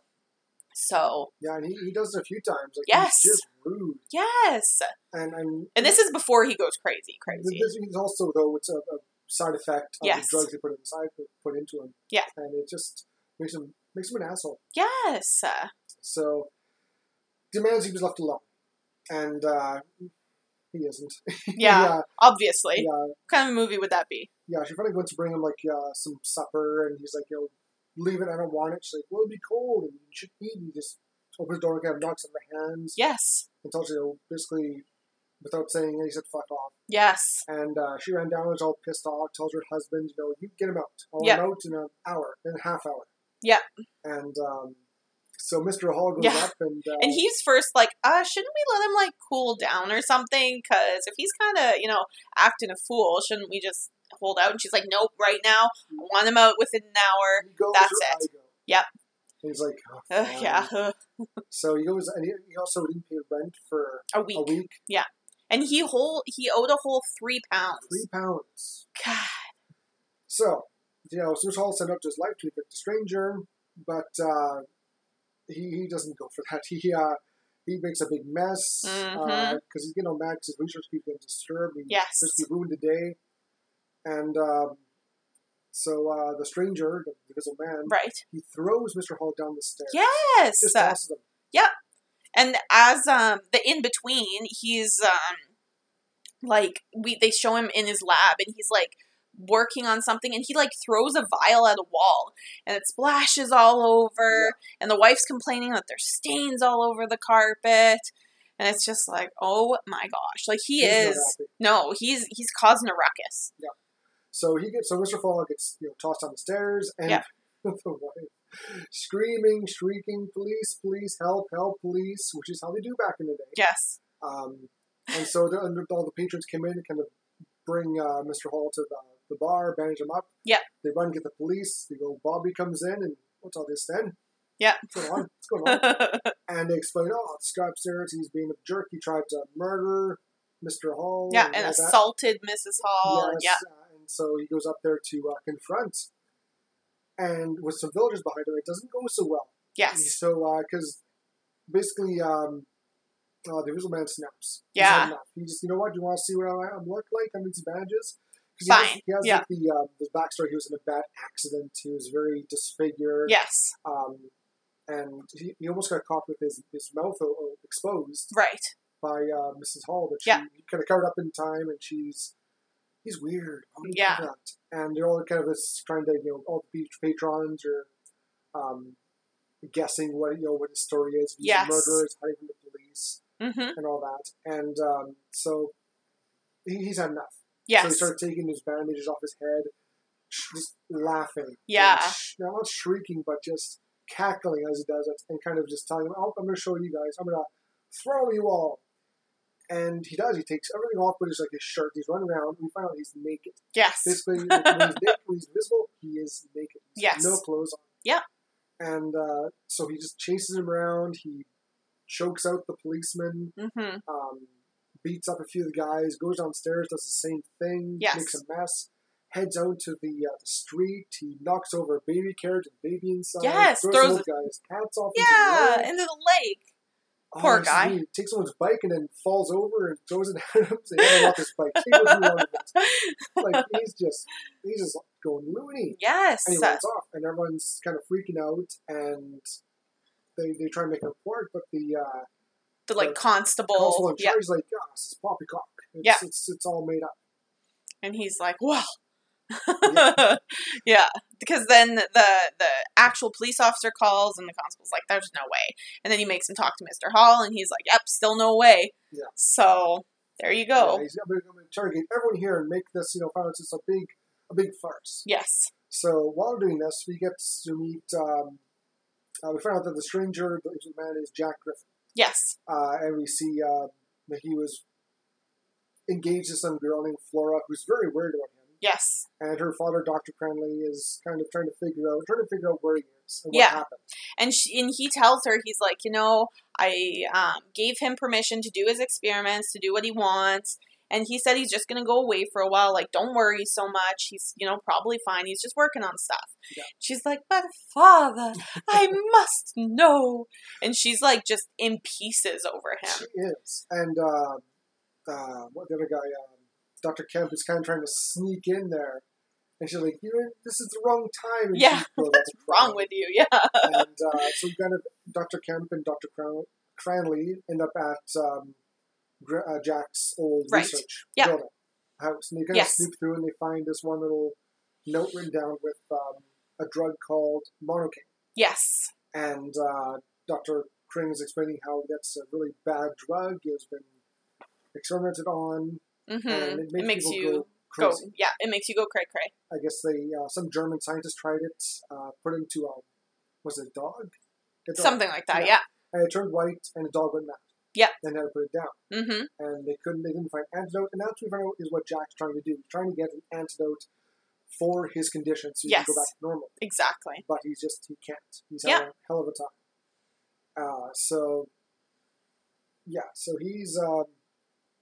S2: So,
S1: yeah, and he, he does it a few times. Like,
S2: Yes.
S1: He's just rude.
S2: yes.
S1: And, and
S2: And this is before he goes crazy, crazy.
S1: This is also, though, it's a, a side effect of
S2: Yes.
S1: the drugs they put inside put into him.
S2: Yeah.
S1: and it just makes him makes him an asshole. [LAUGHS]
S2: Yes. Uh,
S1: So demands he was left alone, and uh, he isn't. [LAUGHS]
S2: yeah, obviously.
S1: yeah,
S2: What kind of movie would that be?
S1: yeah, she finally went to bring him like uh, some supper, and he's like, "Yo, leave it. I don't want it." She's like, "Well, it'll be cold, and you should eat." And he just opens the door and kind of knocks on her hands
S2: Yes.
S1: and tells her to basically, without saying, it, he said, "Fuck off."
S2: Yes.
S1: And uh, she ran down, was all pissed off. Tells her husband, "You know, you get him out. I'll
S2: Yeah.
S1: let him out in an hour, in a half hour."
S2: Yeah.
S1: And um, so Mr. Hall goes
S2: Yeah.
S1: up, and, uh,
S2: And he's first like, uh, shouldn't we let him like cool down or something? Because if he's kind of, you know, acting a fool, shouldn't we just hold out? And she's like, nope, right now, I want him out within an hour.
S1: he goes.
S2: that's
S1: or I
S2: it.
S1: go.
S2: Yep.
S1: And he's like, "Oh,
S2: Ugh,
S1: fine."
S2: yeah, ugh,
S1: So he goes, and he, he also didn't pay rent for
S2: a week.
S1: a week,
S2: And he whole he owed a whole three pounds.
S1: three pounds.
S2: God.
S1: So, you know, Swiss Hall sent up to his life to evict a stranger, but uh, he, he doesn't go for that. He uh, he makes a big mess because
S2: Mhm.
S1: he's getting all mad 'cause his research keeps getting disturbed. He
S2: Yes.
S1: basically ruined the day. And um, so uh, the stranger, the invisible man,
S2: Right.
S1: he throws Mr. Hall down the stairs.
S2: Yes.
S1: Just
S2: Uh,
S1: tosses him.
S2: and as um the in between he's um like we they show him in his lab and he's like working on something and he like throws a vial at a wall and it splashes all over and the wife's complaining that there's stains all over the carpet and it's just like oh my gosh like he
S1: He's not
S2: is
S1: happy.
S2: no he's he's causing a ruckus
S1: So he gets so Mr. Fall gets you know tossed down the stairs and
S2: Yeah.
S1: [LAUGHS] the wife screaming, shrieking, police, police, help, help, police, which is how they do back in the day.
S2: yes
S1: Um, and so the, and all the patrons come in and kind of bring uh, Mr. Hall to the, the bar, bandage him up.
S2: Yeah.
S1: They run and get the police. They go, Bobby comes in and what's all this then?
S2: Yeah.
S1: What's going on? What's going
S2: [LAUGHS]
S1: on? and they explain, oh, this guy upstairs, he's being a jerk. He tried to murder Mr. Hall.
S2: yeah and
S1: all that.
S2: assaulted mrs hall and
S1: oh Yes, uh, and so he goes up there to uh, confront. And with some villagers behind him, it doesn't go so well.
S2: yeah yes
S1: So, because basically, um, uh, the Invisible Man snaps. He's
S2: Yeah.
S1: had enough. He just, you know what? You want to see what I, I look like? I'm in disadvantages. 'Cause He has,
S2: Fine.
S1: he has
S2: Yeah.
S1: like, the um, the backstory. He was in a bad accident. He was very disfigured.
S2: yes
S1: Um, and he, he almost got caught with his, his mouth o- o- exposed
S2: right
S1: by uh, Mrs. Hall, but she
S2: Yeah.
S1: kind of covered up in time, and she's he's weird. Why would he do
S2: Yeah.
S1: that? and they're all kind of just trying to you know all the pat- patrons are um, guessing what you know what his story is. He's
S2: Yes.
S1: a murderer, he's hiding from the police,
S2: mm-hmm
S1: and all that. And um, so he, he's had enough. So he
S2: yes
S1: started taking his bandages off his head, sh- just laughing.
S2: Yeah.
S1: And sh- no, not shrieking, but just cackling as he does it and kind of just telling him, oh, I'm going to show you guys. I'm going to throw you all. And he does. He takes everything off, but it's like his shirt. He's running around. We find out he's naked.
S2: [LAUGHS] yes
S1: Basically, when he's, naked, when he's visible, he is naked. He's got
S2: Yes.
S1: No clothes on.
S2: Yeah.
S1: And uh, so he just chases him around. He chokes out the policeman
S2: mm-hmm
S1: um, beats up a few of the guys, goes downstairs, does the same thing,
S2: Yes.
S1: makes a mess, heads out to the, uh, the street. He knocks over a baby carriage and baby inside.
S2: Yes,
S1: throws,
S2: throws-
S1: those guys' hats off. into the
S2: yeah
S1: road.
S2: into the lake
S1: I
S2: poor
S1: see.
S2: guy.
S1: He takes someone's bike and then falls over and throws it [LAUGHS] at him. Saying, I don't want this bike. Take what you want
S2: [LAUGHS]
S1: with it." Like he's just he's just going loony.
S2: Yes.
S1: And he runs off, and everyone's kind of freaking out, and they, they try and make a report, but the uh,
S2: the like
S1: the
S2: constable.
S1: constable in
S2: yeah.
S1: charge is like, "Ah, this is poppycock. It's, it's, it's all made up.
S2: And he's like, Well [LAUGHS] Yeah. Because then the the actual police officer calls and the constable's like, There's no way. And then he makes him talk to Mr. Hall and he's like, Yep, still no way.
S1: Yeah.
S2: So there you go.
S1: Yeah, he's, I'm going to interrogate everyone here and make this, you know, find out it's just a big, a big farce.
S2: yes.
S1: So while doing this, we get to meet. Um, uh, we find out that the stranger, the the man, is Jack Griffin,
S2: Yes.
S1: uh, and we see um, that he was engaged to some girl named Flora, who's very worried about him.
S2: Yes.
S1: And her father, Doctor Cranley, is kind of trying to figure out, trying to figure out where he is and what
S2: Yeah.
S1: happened.
S2: And she, and he tells her, he's like, you know, I um, gave him permission to do his experiments, to do what he wants. And he said he's just going to go away for a while. Like, don't worry so much. He's, you know, probably fine. He's just working on stuff.
S1: Yeah.
S2: She's like, but father, I must know. And she's like, just in pieces over him.
S1: She is, and uh, uh, what the other guy, um, Dr. Kemp is kind of trying to sneak in there. And she's like, You're, this is the wrong time. And
S2: Yeah, [LAUGHS]
S1: she's like, "Well,
S2: What's
S1: that's
S2: wrong
S1: fine."
S2: with you? Yeah.
S1: and uh, so you kind of Dr. Kemp and Dr. Cran- Cranley end up at um, Gr- uh, Jack's old
S2: Right.
S1: research
S2: Yeah.
S1: building house, and they kind
S2: Yes.
S1: of snoop through and they find this one little note written down with um, a drug called monocaine,
S2: Yes.
S1: and uh, Dr. Crane is explaining how that's a really bad drug. It's been experimented on,
S2: Mm-hmm.
S1: and it makes,
S2: It makes
S1: people
S2: you
S1: go
S2: go.
S1: crazy.
S2: Yeah, it makes you go cray cray.
S1: I guess they uh, some German scientists tried it, uh, put it into a was it a dog? A dog
S2: Something like that. Yeah.
S1: Yeah. and it turned white, and the dog went mad.
S2: Yeah.
S1: Then had to put it down,
S2: Mm-hmm.
S1: and they couldn't. They didn't find antidote, and that's what we found out is what Jack's trying to do. He's trying to get an antidote for his condition, so he can
S2: Yes.
S1: go back to normal.
S2: Exactly.
S1: But he's just he can't. He's
S2: Yeah.
S1: having a hell of a time. Uh, so yeah, so he's um,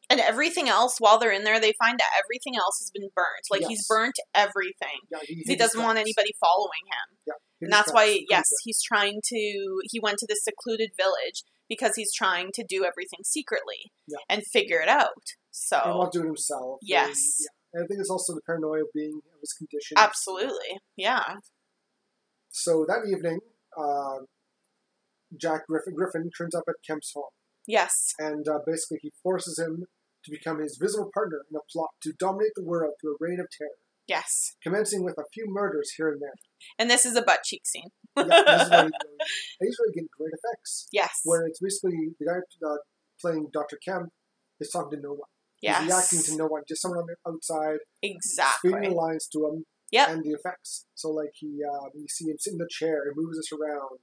S2: And everything else, while they're in there, they find that everything else has been burnt. Like he's
S1: Yes.
S2: burnt everything.
S1: yeah he,
S2: He doesn't want
S1: distracts.
S2: anybody following him.
S1: He
S2: And that's
S1: distracts
S2: why,
S1: pretty
S2: yes,
S1: good.
S2: he's trying to. He went to this secluded village because he's trying to do everything secretly
S1: Yeah.
S2: and figure it out.
S1: He
S2: So,
S1: won't do it himself. and-
S2: Yes.
S1: yeah. And I think it's also the paranoia of being of his condition.
S2: absolutely, yeah,
S1: So that evening, uh, Jack Griffin, Griffin turns up at Kemp's home.
S2: yes,
S1: and uh, basically he forces him to become his visible partner in a plot to dominate the world through a reign of terror,
S2: yes.
S1: commencing with a few murders here and
S2: [LAUGHS]
S1: there.
S2: And this is a butt cheek scene.
S1: Yeah, this is where he really, and he's really getting great effects.
S2: Yes,
S1: Where it's basically the guy uh, playing Dr. Kemp is talking to no one.
S2: yes,
S1: He's reacting to no one, just someone on the outside, speaking the
S2: exactly.
S1: lines to him,
S2: Yep.
S1: and the effects. So, like, he um, you see him sit in the chair, he moves us around,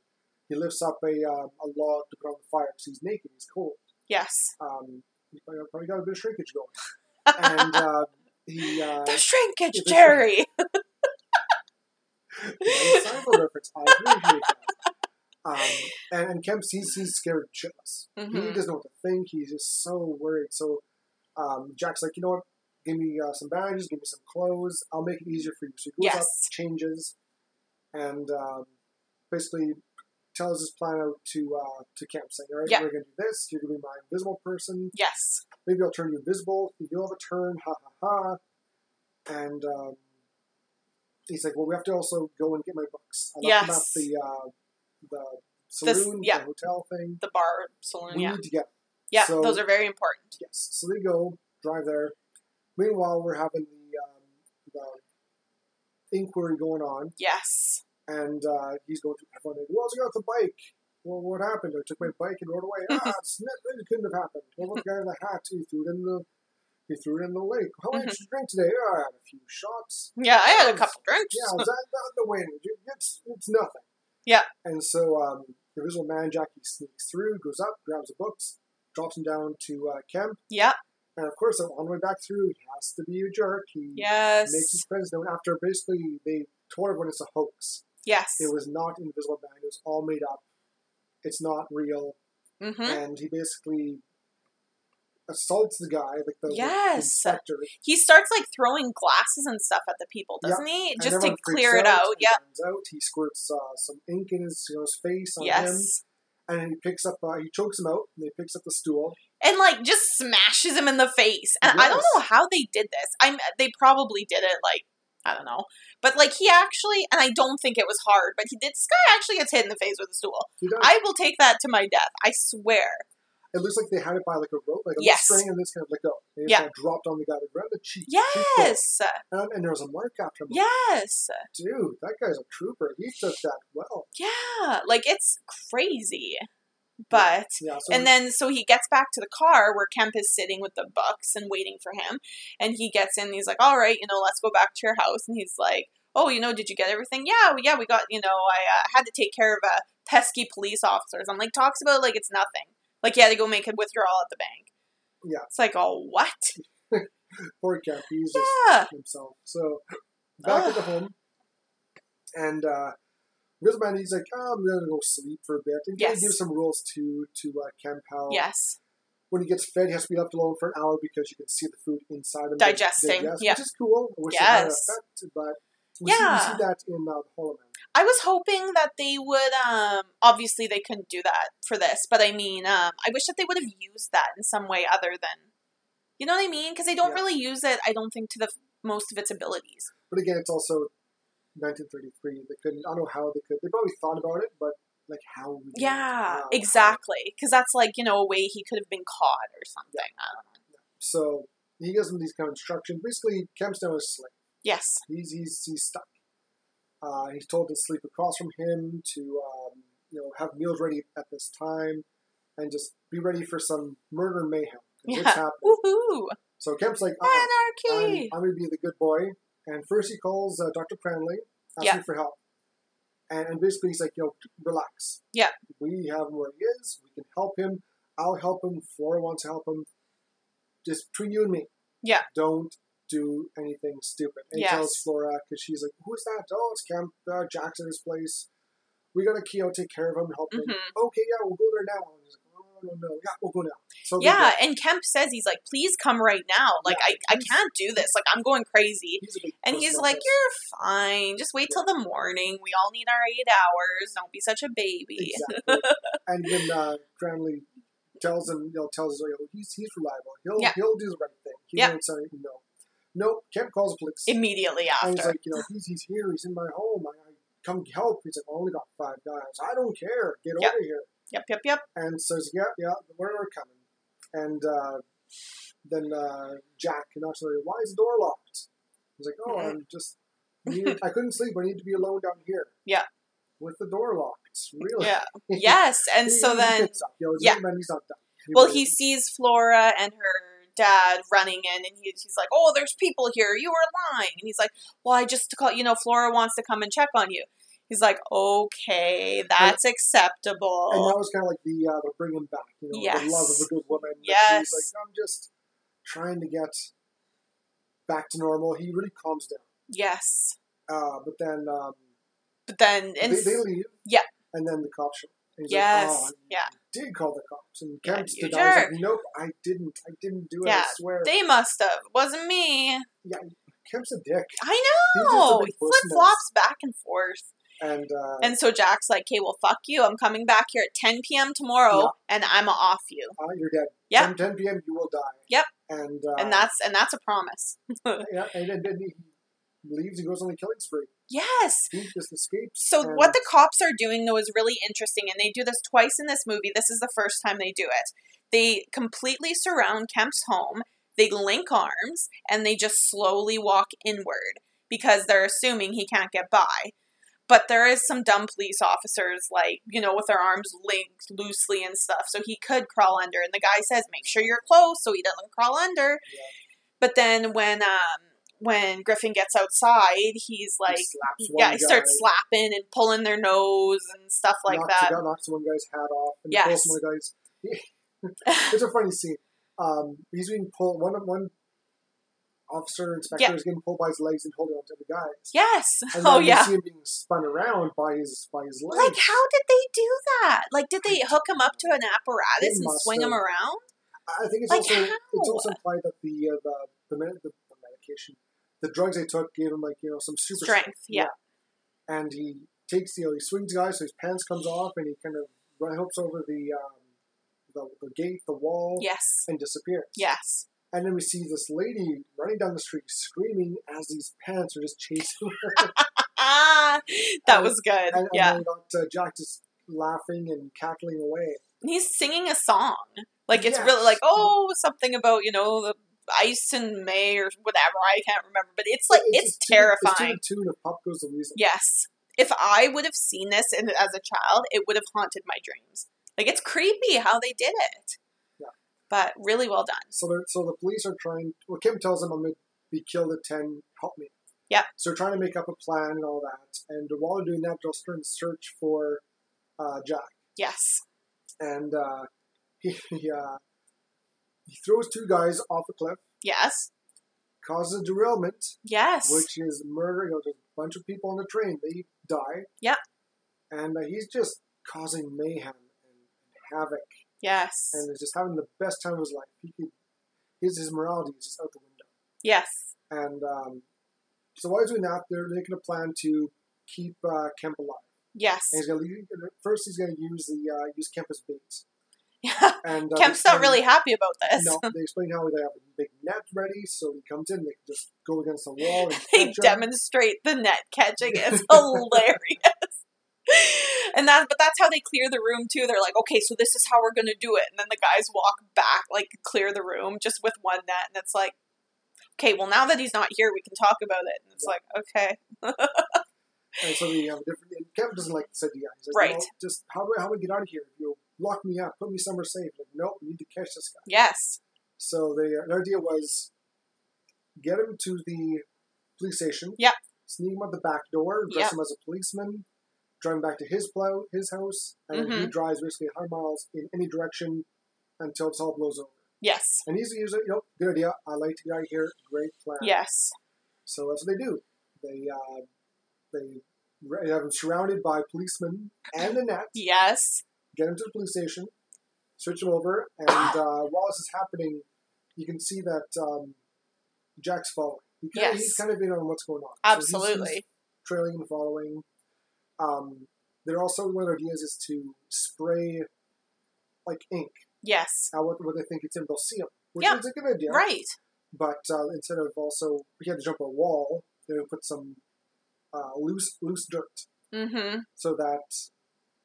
S1: he lifts up a, um, a log to put on the fire because he's naked, he's cold.
S2: Yes,
S1: um, he's probably, probably got a bit of shrinkage going.
S2: [LAUGHS]
S1: and uh, he, uh,
S2: the shrinkage,
S1: the shrink- [LAUGHS]
S2: Jerry.
S1: yeah, Seinfeld reference, I agree with you with that. Um, and, and Kemp, he's, he's scared shitless. He
S2: Mhm.
S1: doesn't know what to think. He's just so worried. So um, Jack's like, you know what? Give me uh, some badges, give me some clothes. I'll make it easier for you. So he goes up,
S2: Yes.
S1: changes, and um, basically tells his plan out to uh, to Kemp, saying, all right,
S2: Yeah.
S1: we're going to do this. You're going to be my invisible person.
S2: Yes,
S1: maybe I'll turn you invisible. You'll have a turn. Ha ha ha. And um, he's like, well, we have to also go and get my books. I left them
S2: Yes.
S1: at the uh, the
S2: This-
S1: saloon,
S2: yeah.
S1: the hotel thing.
S2: the bar saloon.
S1: We
S2: Yeah,
S1: need to get
S2: yeah,
S1: so-
S2: those are very important.
S1: yes. So they go drive there. Meanwhile, we're having the um, the inquiry going on,
S2: Yes,
S1: and uh, he's going to everyone. Like, well, I got the bike. Well, what happened? I took my bike and rode away. Ah, it's not- it couldn't have happened. Well, what guy in the hat? He threw it in the he threw it in the lake. How much did you drink today? Oh, I had a few shots.
S2: yeah, I had a couple drinks.
S1: Yeah, is that not the wind? You- It's it's nothing.
S2: Yeah.
S1: And so um, the visual man Jackie sneaks through, goes up, grabs the books, drops them down to uh, Kemp,
S2: Yep.
S1: and of course on the way back through, he has to be a jerk. He
S2: Yes.
S1: makes his friends known after basically they told everyone it's a hoax.
S2: yes.
S1: It was not Invisible Man. It was all made up. It's not real.
S2: hmm
S1: And he basically assaults the guy, like the, the
S2: Yes.
S1: inspector.
S2: He starts like throwing glasses and stuff at the people,
S1: Yeah.
S2: doesn't he?
S1: And
S2: Just to
S1: everyone freaks
S2: clear it out.
S1: He
S2: Yeah.
S1: runs out. He squirts uh, some ink in his, you know, his face on him,
S2: Yes.
S1: and he picks up. Uh, he chokes him out, and he picks up the stool.
S2: and like just smashes him in the face. And I don't
S1: Yes.
S2: know how they did this. I'm they probably did it like I don't know, but like he actually, and I don't think it was hard, but he did. This guy actually gets hit in the face with a stool.
S1: He does.
S2: I will take that to my death. I swear.
S1: it looks like they had it by like a rope, like a
S2: Yes.
S1: little string, and this kind of let go. They just
S2: Yeah.
S1: kind of dropped on the guy, like, grabbed the cheek, cheekbone,
S2: Yes,
S1: Um, and, and there was a mark after him. Like,
S2: yes,
S1: Dude, that guy's a trooper. He took that well.
S2: yeah. Like it's crazy, but
S1: Yeah. So
S2: And then so he gets back to the car where Kemp is sitting with the books and waiting for him. And he gets in and he's like, All right, you know, let's go back to your house. And he's like, Oh, you know, did you get everything? Yeah, well, yeah, we got, you know, I uh, had to take care of uh, pesky police officers. I'm like, talks about like it's nothing. Like, you had to go make a withdrawal at the bank.
S1: Yeah.
S2: It's like, oh, what?
S1: poor Cap, he's just
S2: Yeah.
S1: himself. So back at the home, and uh, Griezmann, he's like, oh, I'm gonna go sleep for a bit, and kind
S2: Yes.
S1: of gives some rules to to uh, Kemp how
S2: Yes.
S1: when he gets fed, he has to be left alone for an hour because you can see the food inside him
S2: Digesting,
S1: digest,
S2: yeah.
S1: which is cool. I wish it had an
S2: Yes.
S1: effect, but we, see, we
S2: Yeah.
S1: see that in uh, the Hollow Man.
S2: I was hoping that they would. Um, obviously, they couldn't do that for this, but I mean, um, I wish that they would have used that in some way other than You know what I mean? Because they don't
S1: Yeah.
S2: really use it. I don't think to the f- most of its abilities.
S1: But again, it's also 1933. They couldn't. I don't know how they could. They probably thought about it, but like how? would you do it?
S2: Yeah,
S1: How-
S2: exactly. Because that's like you know a way he could have been caught or something. um, I don't know.
S1: So he gives them these kind of instructions. Basically, Kempstow is slick.
S2: Yes.
S1: He's he's he's stuck. Uh, he's told to sleep across from him to um, you know have meals ready at this time, and just be ready for some murder mayhem. It's
S2: Yeah.
S1: happening.
S2: Woohoo!
S1: So Kemp's like, uh I'm,
S2: Anarchy.
S1: I'm going to be the good boy. And first he calls uh, Dr. Cranley, asking
S2: Yeah.
S1: for help. And, and basically he's like, yo, relax.
S2: Yeah.
S1: We have him where he is. We can help him. I'll help him. Flora wants to help him. Just between you and me.
S2: Yeah.
S1: Don't do anything stupid. And he
S2: Yes.
S1: tells Flora, because she's like, who's that? Oh, it's Camp uh, Jackson's place. We got a key. I'll take care of him and help him.
S2: Mhm.
S1: Okay, yeah, we'll go there now. And he's like, oh, no, no, yeah, we'll go now. So they
S2: Yeah,
S1: go.
S2: and Kemp says he's like, "Please come right now. Like
S1: Yeah,
S2: I, I
S1: he's-
S2: can't do this. Like I'm going crazy."
S1: He's a big
S2: And
S1: person
S2: he's
S1: on
S2: like,
S1: this.
S2: "You're fine. Just wait till the morning. We all need our eight hours. Don't be such a baby." [LAUGHS]
S1: Exactly. and then uh, Cranley tells him, you know, tells us, you know, he's he's reliable. He'll
S2: Yeah.
S1: he'll do the right thing. He
S2: Yeah.
S1: won't say no. No, Kemp calls the police.
S2: Immediately
S1: and he's
S2: after,
S1: like, you know, he's, he's here. He's in my home. I, I come help. He's like, I only got five guys. I don't care. Get
S2: Yeah.
S1: over here.
S2: "Yep, yep, yep."
S1: And says, yeah, yeah, we're we're coming. And uh, then uh, Jack knocks on the door. Why is the door locked? He's like, oh,
S2: Mhm.
S1: I'm just. Need, I couldn't sleep. I need to be alone down here.
S2: Yeah.
S1: With the door locked. Really? [LAUGHS]
S2: Yeah. Yes, and
S1: He- [LAUGHS]
S2: so
S1: he
S2: then,
S1: picks up, you know,
S2: yeah.
S1: man, he's not done. He
S2: well,
S1: really-
S2: he sees Flora and her dad running in, and he, he's like, "Oh, there's people here. You are lying." And he's like, "Well, I just call. You know, Flora wants to come and check on you." He's like, "Okay, that's acceptable."
S1: and that was kind of like the uh, the bring him back, you know, the love of
S2: Yes.
S1: a good woman. that
S2: Yes.
S1: he's like I'm just trying to get back to normal. He really calms down,
S2: Yes.
S1: uh, but then um,
S2: But then,
S1: they,
S2: and
S1: they leave.
S2: Yeah.
S1: and then the cops show. up. And he's like,
S2: yes,
S1: "Oh, I
S2: yeah,
S1: Did call the cops and
S2: Yeah,
S1: Kemp
S2: you
S1: denies it.
S2: jerk.
S1: Nope, I didn't. I didn't do it. I
S2: Yeah,
S1: swear.
S2: they must have. Wasn't me.
S1: yeah, Kemp's a dick,
S2: I
S1: He's just a
S2: know.
S1: big
S2: He
S1: puss
S2: flip flops back and forth,
S1: and uh,
S2: and so Jack's like, "Okay, well, fuck you. I'm coming back here at 10 p.m. tomorrow, and I'm off you."
S1: uh, you're dead.
S2: Yeah.
S1: From 10 p.m. you will die.
S2: Yep.
S1: And uh,
S2: and that's and that's a promise.
S1: yeah, and then then he leaves and goes on a killing spree.
S2: Yes.
S1: He just escapes.
S2: So
S1: and-
S2: what the cops are doing though is really interesting, and they do this twice in this movie. This is the first time they do it. They completely surround Kemp's home. They link arms and they just slowly walk inward because they're assuming he can't get by. But there is some dumb police officers, like you know, with their arms linked loosely and stuff, so he could crawl under. And the guy says, "Make sure you're close so he doesn't crawl under."
S1: Yeah.
S2: But then when um, when Griffin gets outside, he's
S1: he
S2: like,
S1: slaps one
S2: yeah, he
S1: guy,
S2: starts slapping and pulling their nose and stuff like
S1: knocks
S2: that.
S1: a guy- knocks one guy's hat off, and
S2: Yes.
S1: pulls one guy's.
S2: [LAUGHS]
S1: It's a funny scene. Um, he's being pulled. One one officer inspector
S2: Yeah.
S1: is getting pulled by his legs and holding on to the guys.
S2: Yes.
S1: And then
S2: [LAUGHS] Oh
S1: you
S2: yeah.
S1: see him being spun around by his by his legs.
S2: Like how did they do that? Like did they
S1: I
S2: hook him up to an
S1: They
S2: apparatus and
S1: must
S2: swing him
S1: have.
S2: around?
S1: I think it's
S2: like
S1: also it's
S2: how?
S1: also implied that the uh, the the, med- the the medication, the drugs they took gave him like you know some super
S2: Strength,
S1: [LAUGHS]
S2: yeah.
S1: And he takes you know he swings the guy so his pants comes off and he kind of run- hops over the um, the, the gate the wall
S2: Yes.
S1: and disappears. [LAUGHS]
S2: Yes.
S1: And then we see this lady running down the street screaming as these pants are just chasing [LAUGHS] her.
S2: Ah, that
S1: And-
S2: was good.
S1: and,
S2: yeah.
S1: and then we got uh, Jack just laughing and cackling away.
S2: And he's singing a song. Like it's
S1: Yes.
S2: really like oh something about you know the ice in May or whatever I can't remember, but it's like it's,
S1: just to-
S2: terrifying.
S1: It's to the tune of Pop Goes the Weasel.
S2: Yes. If I would have seen this in, as a child, it would have haunted my dreams. Like it's creepy how they did it.
S1: Yeah.
S2: But really well done.
S1: So they're, so the police are trying. Well, Kim tells them I'm going to be killed at ten. Help me.
S2: Yeah.
S1: So they're trying to make up a plan and all that. And while they're doing that, they'll start to search for uh, Jack.
S2: Yes.
S1: And uh, [LAUGHS] he he, uh, he throws two guys off a cliff,
S2: Yes.
S1: causes a derailment,
S2: Yes.
S1: which is murder. You know, there's a bunch of people on the train. They die.
S2: Yeah.
S1: And uh, he's just causing mayhem and havoc,
S2: yes.
S1: and is just having the best time of his life. He could, his his morality is just out the window.
S2: yes.
S1: And um, so while he's doing that, they're making a plan to keep uh, Kemp alive.
S2: Yes.
S1: And he's gonna leave, first he's gonna use the uh, use Kemp as bait.
S2: Yeah.
S1: And uh, they
S2: [LAUGHS] Kemp's not
S1: explain-
S2: really happy about this.
S1: No, they explain how they have a big net ready, so he comes in, they can just go against the wall. And
S2: [LAUGHS] they
S1: catch him.
S2: demonstrate the net
S1: [LAUGHS]
S2: catching. It's hilarious. And that, but that's how they clear the room too. They're like, okay, so this is how we're gonna do it, and then the guys walk back, like clear the room just with one net, and it's like, okay, well now that he's not here, we can talk about it. And it's like, okay,
S1: And so they have a different. And Kemp doesn't like this idea. He's like,
S2: Right.
S1: "No, just how do I, how do I get out of here? You lock me up, put me somewhere safe. Like, nope, we need to catch this guy.
S2: yes,
S1: So they, uh, their idea was get him to the police station.
S2: Yep.
S1: Sneak him out the back door, dress
S2: Yep.
S1: him as a policeman, drive him back to his plow, his house, and then he
S2: Mm-hmm.
S1: drives basically 100 miles in any direction until it all blows over.
S2: yes,
S1: And he's usually, you know, good idea. I like to get out of here. Great plan.
S2: yes,
S1: So that's what they do. They uh, they ra- have him surrounded by policemen and a net.
S2: yes,
S1: Get him to the police station, switch him over, and uh, while this is happening, you can see that um, Jack's following. He kind of,
S2: Yes.
S1: He's kind of in on what's going on. So he's- he's
S2: absolutely,
S1: trailing and following. Um, they're also one of their ideas is to spray like ink
S2: yes,
S1: out what, what they think it's in. They'll see him, which
S2: Yeah.
S1: is a good idea.
S2: right,
S1: But uh, instead of also, we had to jump a wall. They would put some uh, loose loose dirt
S2: mm-hmm,
S1: so that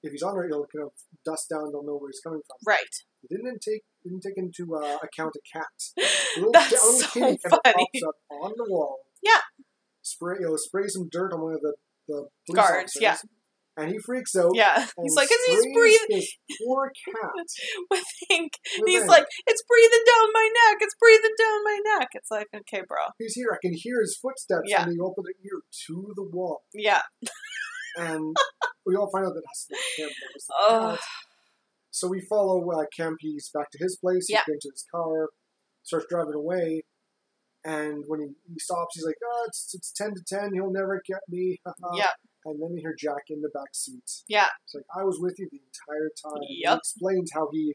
S1: if he's on there, he'll kind of dust down. They'll know where he's coming from.
S2: right.
S1: They didn't take didn't take into uh, account a cat. A
S2: [LAUGHS]
S1: little,
S2: That's
S1: a little
S2: so
S1: kitty kind of
S2: funny.
S1: pops up on the wall.
S2: Yeah.
S1: Spray, you know, spray some dirt on one of the, the police
S2: Guards,
S1: officers,
S2: yeah.
S1: And he freaks out.
S2: Yeah,
S1: and
S2: he's like, it's, he's
S1: sprays
S2: breathing.
S1: This poor
S2: [LAUGHS]
S1: cat.
S2: I think
S1: [LAUGHS] with
S2: he's
S1: ink.
S2: like, it's breathing down my neck. It's breathing down my neck. It's like, okay, bro.
S1: he's here. I can hear his footsteps.
S2: Yeah.
S1: And he opened an ear to the wall.
S2: Yeah,
S1: and we all find out that that's not him. That was the
S2: Ugh.
S1: cat. So we follow uh, Kemp. He's back to his place.
S2: Yeah.
S1: He gets into his car, starts driving away, and when he, he stops, he's like, "Oh, it's, it's ten to ten. He'll never get me." [LAUGHS] haha."
S2: Yeah.
S1: And then we hear Jack in the back seat.
S2: Yeah.
S1: It's like I was with you the entire time. He
S2: Yep.
S1: explains how he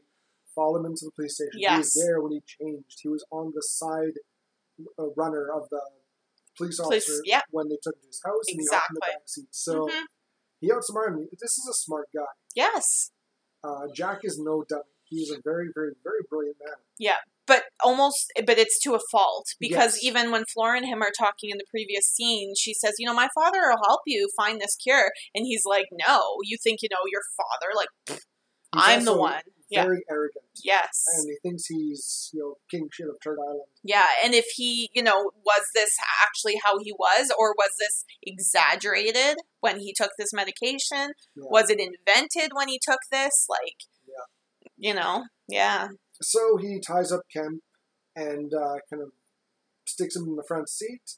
S1: followed him into the police station. He was
S2: Yes.
S1: there when he changed. He was on the side uh, runner of the police
S2: Police-
S1: officer
S2: yeah.
S1: when they took him to his house, and he hopped in the
S2: Exactly.
S1: back seat. So.
S2: Mhm.
S1: He outsmarted me. This is a smart guy.
S2: yes.
S1: Uh, Jack is no dummy. He's a very, very, very brilliant man.
S2: but almost but it's to a fault because
S1: Yes.
S2: even when Flora and him are talking in the previous scene she says you know my father will help you find this cure and he's like no you think you know your father like
S1: He's
S2: I'm the
S1: also
S2: one yeah
S1: Very arrogant.
S2: yes
S1: And he thinks he's, you know, king shit of Turd Island.
S2: yeah and if he you know was this actually how he was or was this exaggerated when he took this medication
S1: Yeah.
S2: was it invented when he took this like
S1: Yeah.
S2: you know yeah
S1: So he ties up Kemp and uh, kind of sticks him in the front seat,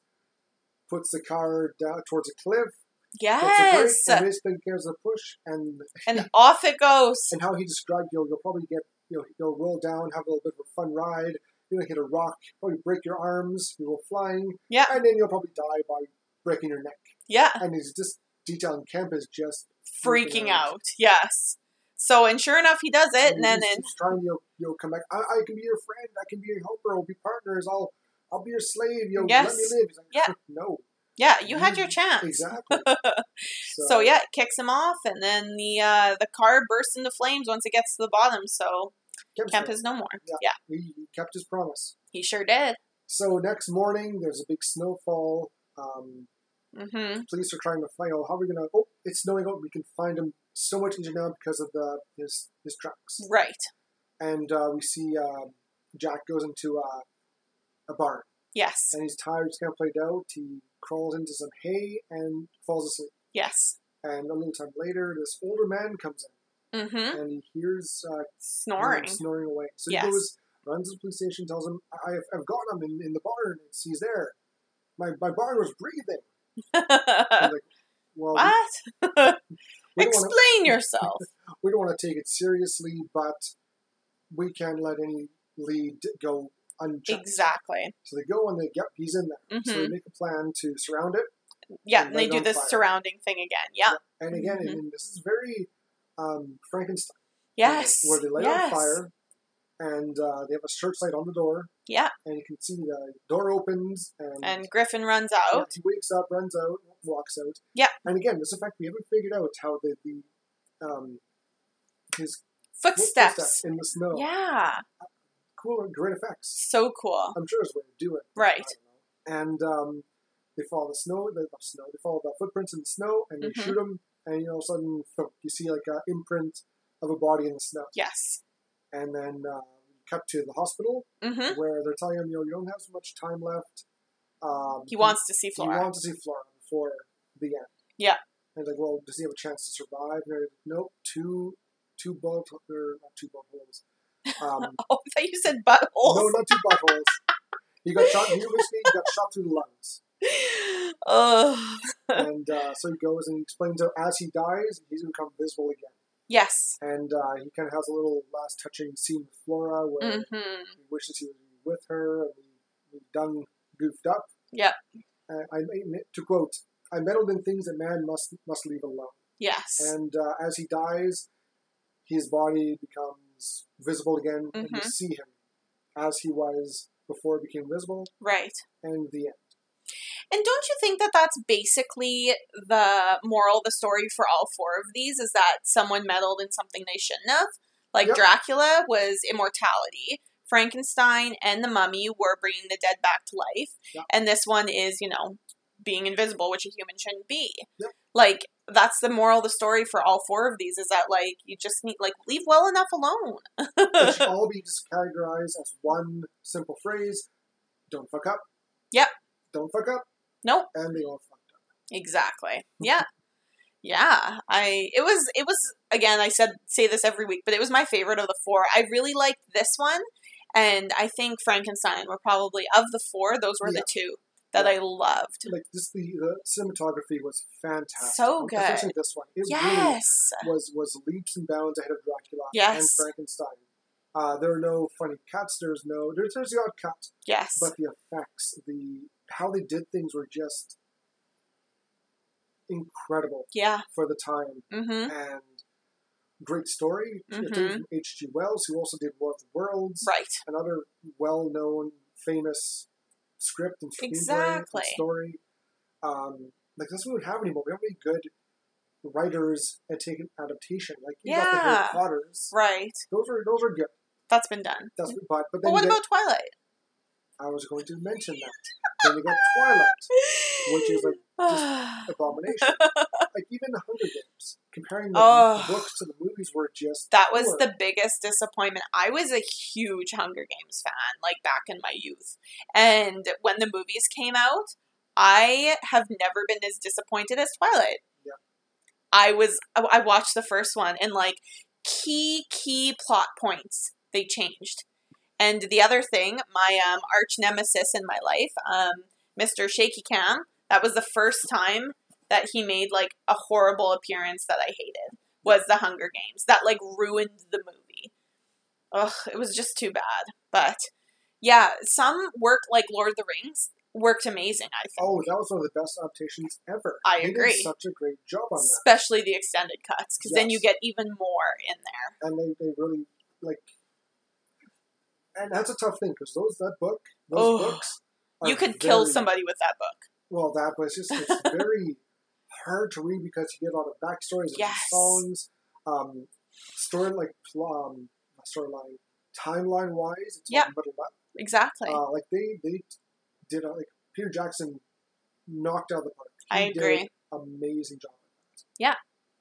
S1: puts the car down towards a cliff,
S2: yes
S1: puts a brake, and basically gives a push. And
S2: and off it goes
S1: and how he described, you know, you'll probably get, you know, you'll roll down, have a little bit of a fun ride. You're gonna hit a rock, probably break your arms, you go flying,
S2: yeah
S1: and then you'll probably die by breaking your neck.
S2: yeah
S1: And he's just detailing Kemp is just
S2: freaking
S1: Freaking out.
S2: out. Yes. So, and sure enough, he does it, and then
S1: he's,
S2: and
S1: he's trying to you know, you know, come back. I, I can be your friend. I can be your helper. We'll be partners. I'll I'll be your slave. You know, let me
S2: Yes.
S1: live. He's like,
S2: Yeah.
S1: [LAUGHS]
S2: [LAUGHS]
S1: no,
S2: yeah, you had your chance.
S1: Mm, exactly. so,
S2: So yeah, it kicks him off, and then the uh, the car bursts into flames once it gets to the bottom. So
S1: Kemp's
S2: Kemp
S1: there.
S2: is no more.
S1: Yeah.
S2: Yeah,
S1: he, he kept his promise.
S2: he sure did.
S1: So next morning, there's a big snowfall. Um,
S2: Mm-hmm.
S1: police are trying to find. Oh, how are we gonna? Oh, it's snowing out. We can find him so much easier now because of the his his tracks.
S2: Right.
S1: And uh, we see uh, Jack goes into uh, a barn.
S2: Yes.
S1: and he's tired, he's kind of played out. He crawls into some hay and falls asleep.
S2: Yes.
S1: And a little time later, this older man comes in
S2: Mm-hmm.
S1: and he hears uh, him
S2: Snoring.
S1: snoring away. So
S2: Yes.
S1: he goes, runs to the police station, tells him, I- I've, I've got him in, in the barn. It's, he's there. My, my barn was breathing.
S2: [LAUGHS]
S1: And like, well, we- we,
S2: what?
S1: don't wanna, [LAUGHS]
S2: Explain yourself.
S1: we don't want to take it seriously, but we can't let any lead go unchecked.
S2: exactly.
S1: So they go and they, yep, he's in there. So
S2: Mm-hmm.
S1: they make a plan to surround it.
S2: Yeah,
S1: and
S2: and they
S1: light
S2: do
S1: on
S2: this
S1: fire.
S2: surrounding thing again. Yeah.
S1: And again, and-
S2: Mhm.
S1: and this is very um, Frankenstein.
S2: Yes.
S1: Where they light
S2: yes.
S1: on fire, and uh, they have a searchlight on the door.
S2: Yeah.
S1: And you can see the door opens, and,
S2: And Griffin runs
S1: yeah,
S2: out.
S1: he wakes up, runs out, walks out.
S2: Yeah.
S1: And again, this effect we haven't figured out how the, the um, his
S2: footsteps.
S1: in the snow.
S2: Yeah,
S1: Cool, great effects.
S2: so cool.
S1: I'm sure there's a way to do it.
S2: Right.
S1: I don't know. And um, they follow the snow, the the snow. They follow the footprints in the snow, and they
S2: Mhm.
S1: shoot 'em shoot them. And you know, all of a sudden, thump, you see like an imprint of a body in the snow.
S2: Yes.
S1: And then um, cut to the hospital
S2: hmm
S1: where they're telling him, you know, you don't have so much time left. Um,
S2: He wants to see
S1: you
S2: Flora.
S1: want to see Flora before the end.
S2: Yeah.
S1: And like, well, does he have a chance to survive? And they're like, nope, two, two bullet, or not two bullet holes. Um,
S2: [LAUGHS] Oh, I thought you said buttholes.
S1: no, not two buttholes. He got shot. He originally got shot through the lungs,
S2: [LAUGHS] Ugh.
S1: and uh, so he goes and he explains that as he dies, he's going to become visible again.
S2: Yes.
S1: And uh, he kind of has a little last touching scene with Flora where
S2: hmm
S1: he wishes he was with her, and he, he done goofed up.
S2: Yep.
S1: Uh, I to quote, "I meddled in things that man must must leave alone."
S2: Yes.
S1: and uh, as he dies, his body becomes visible again, and you
S2: Mhm.
S1: see him as he was before he became visible,
S2: right.
S1: and the end.
S2: And don't you think that that's basically the moral of the story for all four of these is that someone meddled in something they shouldn't have? Like
S1: Yep.
S2: Dracula was immortality. Frankenstein and the mummy were bringing the dead back to life.
S1: Yep.
S2: And this one is, you know, being invisible, which a human shouldn't be.
S1: Yep.
S2: Like, that's the moral of the story for all four of these is that, like, you just need, like, leave well enough alone. [LAUGHS]
S1: They should all be just categorized as one simple phrase: "Don't fuck up."
S2: Yep.
S1: Don't fuck up,
S2: nope.
S1: and they all fucked up.
S2: Exactly. Yeah. Yeah. I it was it was again I said say this every week, but it was my favorite of the four. I really liked this one and I think Frankenstein were probably of the four, those were the two that I loved.
S1: Like this, the, the cinematography was fantastic.
S2: So good.
S1: Especially this one. It really
S2: Yes.
S1: was was leaps and bounds ahead of Dracula and
S2: Yes.
S1: Frankenstein. Uh, there are no funny cuts. There's no there's, there's the odd cut,
S2: Yes.
S1: but the effects, the how they did things were just incredible
S2: Yeah.
S1: for the time
S2: Mhm.
S1: and great story. It came from H.G. Wells, who also did War of the Worlds,
S2: Mm-hmm. Right.
S1: another well-known, famous script and screenplay
S2: Exactly.
S1: and story. Um, like that's what we have anymore. We don't have any good writers at taking adaptation. Like you got the Harry
S2: Yeah.
S1: Potter's.
S2: Right.
S1: Those are those are good.
S2: That's been done.
S1: That's what, but but then
S2: But what
S1: you
S2: about Twilight?
S1: get, I was going to mention that. then you got Twilight, which is
S2: [LAUGHS]
S1: an
S2: [SIGHS]
S1: abomination. like even the Hunger Games, comparing the
S2: Oh.
S1: books to the movies were just
S2: that was
S1: poor.
S2: the biggest disappointment. I was a huge Hunger Games fan, like back in my youth. And when the movies came out, I have never been as disappointed as Twilight.
S1: Yeah.
S2: I was I- I watched the first one and like key key plot points they changed. And the other thing, my um, arch nemesis in my life, um, Mr. Shaky Cam, that was the first time that he made like a horrible appearance that I hated was the Hunger Games that like ruined the movie. Ugh, it was just too bad. But yeah, some work like Lord of the Rings worked amazing. I think,
S1: Oh, that was one of the best adaptations ever.
S2: I
S1: They did
S2: agree.
S1: such a great job on that.
S2: especially the extended cuts, because then you
S1: Yes.
S2: get even more in there.
S1: and they, they really like and that's a tough thing because those that book those
S2: Oh.
S1: books are
S2: you could kill
S1: very-
S2: somebody with that book.
S1: well that was just
S2: [LAUGHS]
S1: it's very hard to read because you get a lot of backstories and
S2: Yes.
S1: songs um story like pl- um not storyline timeline wise it's all
S2: Yeah.
S1: muddled up.
S2: Exactly.
S1: uh, like they they did a, like Peter Jackson knocked out of the park
S2: I
S1: He did
S2: agree.
S1: amazing job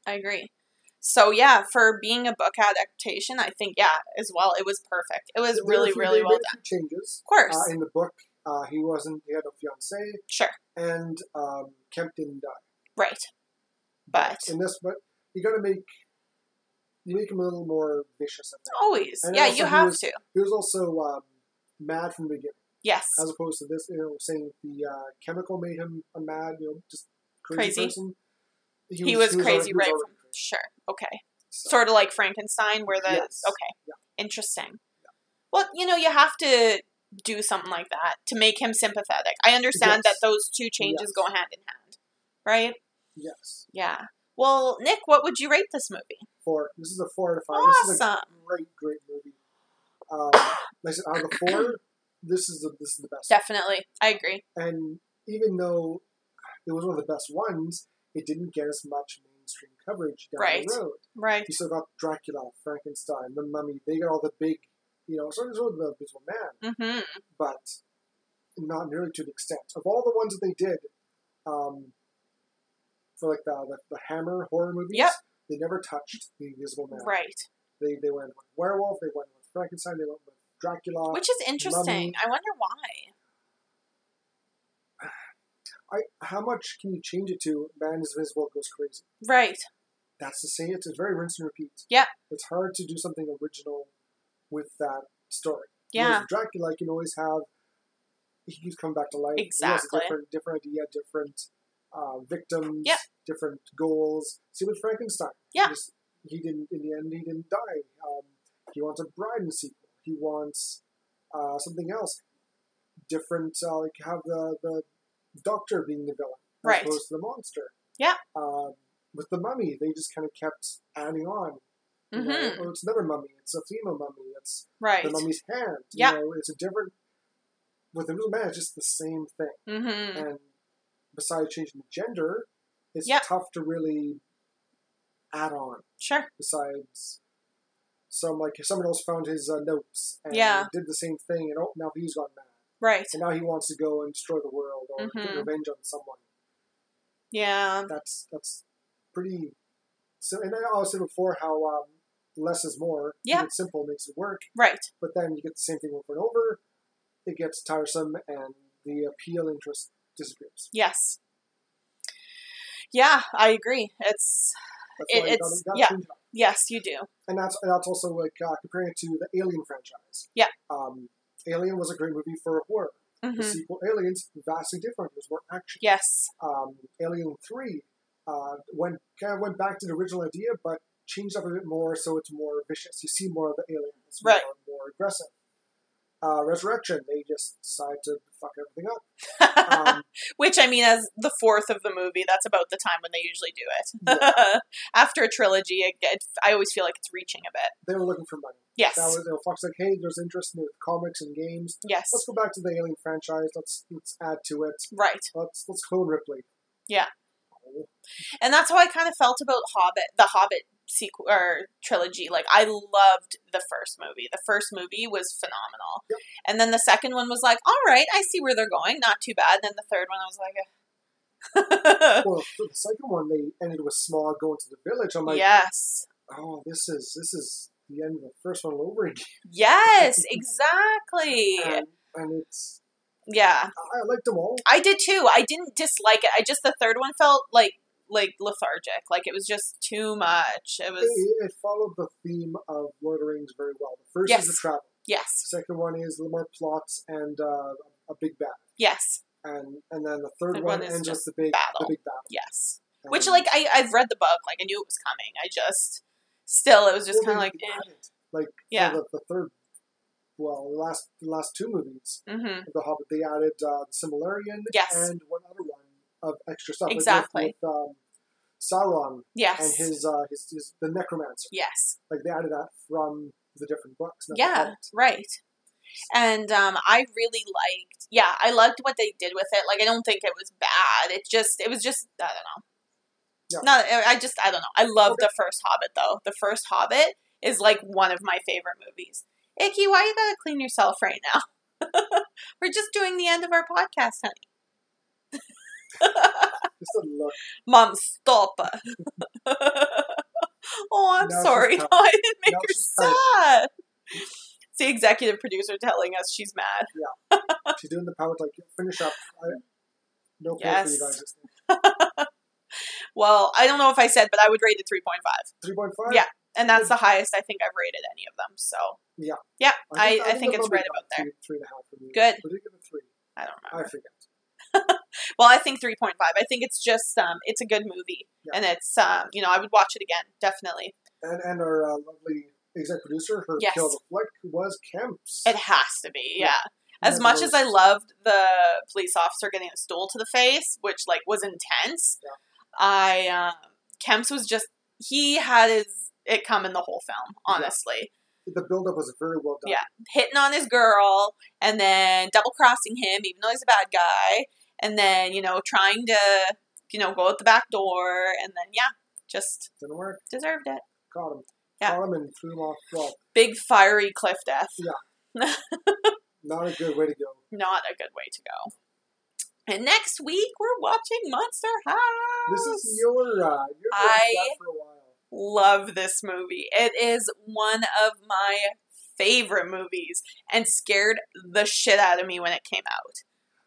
S2: I agree. So yeah, for being a book adaptation, I think yeah as well. It was perfect. It was
S1: There were a
S2: really
S1: few-
S2: really
S1: there
S2: well
S1: were a
S2: done.
S1: few changes
S2: Of course.
S1: uh, in the book uh, he wasn't he had a fiance
S2: sure.
S1: and um, Kemp didn't die.
S2: Right. But
S1: In this, but you got to make you make him a little more vicious. I think.
S2: always,
S1: And
S2: yeah,
S1: also
S2: you
S1: he
S2: have
S1: was-
S2: to.
S1: He was also um, mad from the beginning,
S2: Yes.
S1: as opposed to this, you know, saying the uh, chemical made him a mad, you know, just crazy,
S2: Crazy.
S1: person.
S2: He was
S1: already-
S2: crazy
S1: he was
S2: right
S1: already crazy.
S2: Sure. Okay.
S1: So,
S2: Sort of like Frankenstein, where the
S1: Yes.
S2: okay, interesting. Well, you know, you have to do something like that to make him sympathetic. I understand
S1: Yes.
S2: that those two changes
S1: Yes.
S2: go hand in hand, right?
S1: yes,
S2: Yeah. Well, Nick, what would you rate this movie?
S1: four. This is a four out of five. This is a
S2: Awesome.
S1: great, great movie. Um, like I said, out of the four, this is the this is the best.
S2: Definitely, I agree.
S1: and even though it was one of the best ones, it didn't get as much mainstream mainstream coverage down
S2: Right.
S1: the road.
S2: Right.
S1: You still got Dracula, Frankenstein, The Mummy. They got all the big, you know, sort of sort of the Invisible Man,
S2: Mm-hmm.
S1: but not nearly to the extent of all the ones that they did. Um, for like the, the the Hammer horror movies,
S2: Yep.
S1: they never touched the Invisible Man.
S2: Right.
S1: They they went with werewolf. They went with Frankenstein. They went with Dracula.
S2: Which is interesting. I wonder why.
S1: I, how much can you change it to? Man is invisible, goes crazy.
S2: Right.
S1: That's the same. It's a very rinse and repeat.
S2: Yeah.
S1: It's hard to do something original with that story.
S2: Yeah.
S1: Whereas Dracula, you can always have. He keeps coming back to life. He has a
S2: Exactly.
S1: different, different idea, different uh, victims,
S2: Yeah.
S1: different goals. See with Frankenstein. He
S2: Yeah.
S1: just- He, didn't. In the end, he didn't die. Um, he wants a bride in the sequel. He wants uh, something else. Different, uh, like have the the doctor being the villain as
S2: Right.
S1: opposed to the monster.
S2: Yeah.
S1: Um, with the mummy, they just kind of kept adding on. you know,
S2: Mm-hmm.
S1: Oh, it's another mummy. It's a female mummy. It's
S2: Right.
S1: the mummy's hand.
S2: Yeah.
S1: You know, it's a different. With the real man, it's just the same thing.
S2: Mm-hmm.
S1: And besides changing the gender, it's
S2: Yep.
S1: tough to really add on.
S2: Sure.
S1: Besides, some like someone else found his uh, notes and
S2: Yeah.
S1: did the same thing, and oh, now he's gone mad,
S2: Right.
S1: and now he wants to go and destroy the world or get
S2: Mhm.
S1: revenge on someone.
S2: Yeah.
S1: That's that's pretty. So, and I also said before how um, less is more.
S2: Yeah.
S1: Keep it simple makes it work
S2: Right.
S1: but then you get the same thing over and over. It gets tiresome, and the appeal interest disappears.
S2: Yes. Yeah, I agree. It's
S1: That's
S2: It-
S1: why you gotta-
S2: it's-
S1: gotta
S2: yeah.
S1: change it up.
S2: yes, you do.
S1: and that's and that's also like uh, comparing it to the Alien franchise.
S2: Yeah.
S1: um, Alien was a great movie for horror. The
S2: hmm
S1: sequel Aliens vastly different. It was more action.
S2: Yes.
S1: Um, Alien Three uh, went kind of went back to the original idea, but changed up a bit more, so it's more vicious. You see more of the aliens, it's
S2: Right.
S1: more, more aggressive. Uh, Resurrection, they just decided to fuck everything
S2: [LAUGHS]
S1: up. Um,
S2: Which I mean, as the fourth of the movie, that's about the time when they usually do it. [LAUGHS] After a trilogy, it, it, I always feel like it's reaching a bit.
S1: they were looking for money.
S2: Yes.
S1: That was, you know, Fox like, hey, there's interest in the comics and games.
S2: yes.
S1: Let's go back to the Alien franchise. Let's let's add to it.
S2: Right.
S1: Let's let's clone Ripley.
S2: Yeah.
S1: Oh,
S2: And that's how I kind of felt about Hobbit, the Hobbit sequel or trilogy. Like I loved the first movie. The first movie was phenomenal.
S1: Yep.
S2: And then the second one was like, all right, I see where they're going, not too bad. And then the third one I was
S1: [LAUGHS]
S2: like
S1: Well, the second one they ended with Smog going to the village. I'm like,
S2: Yes.
S1: oh, this is this is the end of the first one all over again. [LAUGHS]
S2: Yes, exactly.
S1: And, and it's
S2: yeah.
S1: I I liked them all.
S2: I did too. I didn't dislike it. I just the third one felt like like lethargic. Like it was just too much. It
S1: It,
S2: was
S1: it followed the theme of Lord of the Rings very well. The first is the
S2: Yes.
S1: travel.
S2: yes.
S1: The second one is a little more plots and uh, a big bad.
S2: Yes.
S1: And and then the third
S2: Third
S1: one,
S2: one is
S1: ends with
S2: just
S1: the big
S2: battle.
S1: the big battle.
S2: Yes. Which,
S1: And-
S2: like, I, I've read the book. Like, I knew it was coming. I just, still, it was just
S1: Well,
S2: kind of
S1: they-
S2: like, eh,
S1: they added, like
S2: Yeah.
S1: for the, the third, well, the last the last two movies
S2: mm-hmm.
S1: of The Hobbit, they added uh, the Similarian
S2: Yes.
S1: and one other one of extra stuff. like with-
S2: Exactly.
S1: with, um, Sauron
S2: yes.
S1: and his, uh, his his the Necromancer.
S2: yes.
S1: Like they added that from the different books. not the
S2: Yeah.
S1: Hobbit.
S2: Right. And um, I really liked, yeah, I liked what they did with it. Like, I don't think it was bad. It just, it was just, I don't
S1: Yeah.
S2: know. No, I I just, I don't know. I love the first Hobbit, though. The first Hobbit is, like, one of my favorite movies. Icky, why you gotta clean yourself right now? [LAUGHS] We're just doing the end of our podcast, honey.
S1: Just a look.
S2: Mom, stop. [LAUGHS] oh, I'm
S1: Now she's
S2: sorry. [LAUGHS]
S1: cut.
S2: No, I didn't make
S1: Now
S2: her
S1: she's cut.
S2: sad. It's the executive producer telling us she's mad.
S1: She's doing the power like finish up. I, no care for you
S2: Yes.
S1: guys. Just
S2: Well, I don't know if I said, but I would rate it 3.5.
S1: Three point five.
S2: Yeah, And that's the highest I think I've rated any of them. So,
S1: Yeah.
S2: Yeah, I, I, think
S1: it
S2: it's
S1: might be
S2: right about there.
S1: Three, three and a half. for me.
S2: Good.
S1: What did you give it? Three.
S2: I don't
S1: I
S2: remember.
S1: forget.
S2: Well, I think 3.5. I think it's just, um, it's a good movie.
S1: Yeah.
S2: And it's, um, you know, I would watch it again, definitely.
S1: and and our uh, lovely exec producer, her
S2: Yes.
S1: kill the flick was Kemps.
S2: It has to be,
S1: Yeah.
S2: yeah. As
S1: Never
S2: much as I
S1: was-
S2: loved the police officer getting a stool to the face, which like was intense,
S1: Yeah.
S2: I um, Kemps was just he had his it come in the whole film.
S1: Yeah.
S2: Honestly,
S1: the buildup was very well done.
S2: Yeah. hitting on his girl and then double crossing him, even though he's a bad guy, and then you know trying to you know go out the back door, and then yeah, Just
S1: Didn't work.
S2: deserved it.
S1: Caught him.
S2: Yeah.
S1: Caught him and threw him off. Well,
S2: Big fiery cliff death.
S1: not a good way to go.
S2: Not a good way to go. And next week we're watching Monster House.
S1: This is your uh, your last
S2: I-
S1: lap for a while.
S2: love this movie. It is one of my favorite movies and scared the shit out of me when it came out.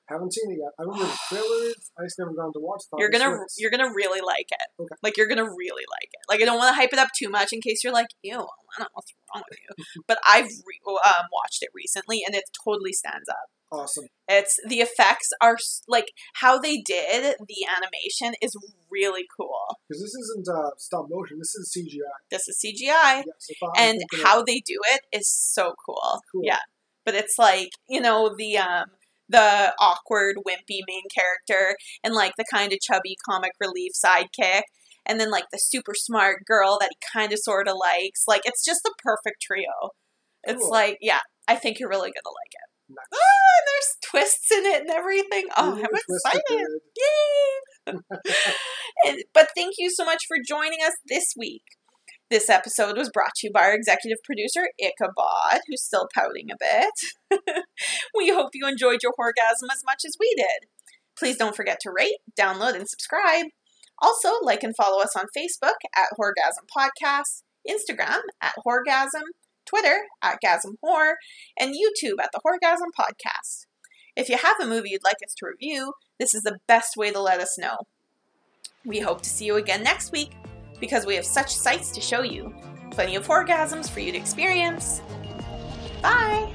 S1: Haven't seen it yet. I remember the trailers. I just never gone to watch. it.
S2: you're gonna
S1: It's-
S2: you're gonna really like it.
S1: Oh, Okay.
S2: Like you're gonna really like it. Like I don't want to hype it up too much in case you're like, ew, I don't know what's wrong with
S1: [LAUGHS]
S2: you. but I've re- um, watched it recently and it totally stands up.
S1: awesome.
S2: It's the effects are s- like how they did the animation is really cool.
S1: Because this isn't uh, stop motion. This is CGI.
S2: This is CGI.
S1: Yes, if I'm
S2: Eh, and
S1: thinking of-
S2: how they do it is so cool.
S1: Cool.
S2: Yeah, but it's like you know the um the awkward wimpy main character and like the kind of chubby comic relief sidekick and then like the super smart girl that he kind of sort of likes like it's just the perfect trio it's
S1: Cool.
S2: like yeah i think you're really gonna like it
S1: Nice.
S2: Ah, and there's twists in it and everything oh
S1: Ooh,
S2: i'm
S1: twist of
S2: excited
S1: the-
S2: Yay! and, but thank you so much for joining us this week. This episode was brought to you by our executive producer, Ichabod, who's still pouting a bit. [LAUGHS] we hope you enjoyed your orgasm as much as we did. Please don't forget to rate, download, and subscribe. Also, like and follow us on Facebook at Horgasm Podcast, Instagram at Horgasm, Twitter at Gasm Whore, and YouTube at the Horgasm Podcast. If you have a movie you'd like us to review, this is the best way to let us know. We hope to see you again next week because we have such sights to show you, plenty of orgasms for you to experience. Bye!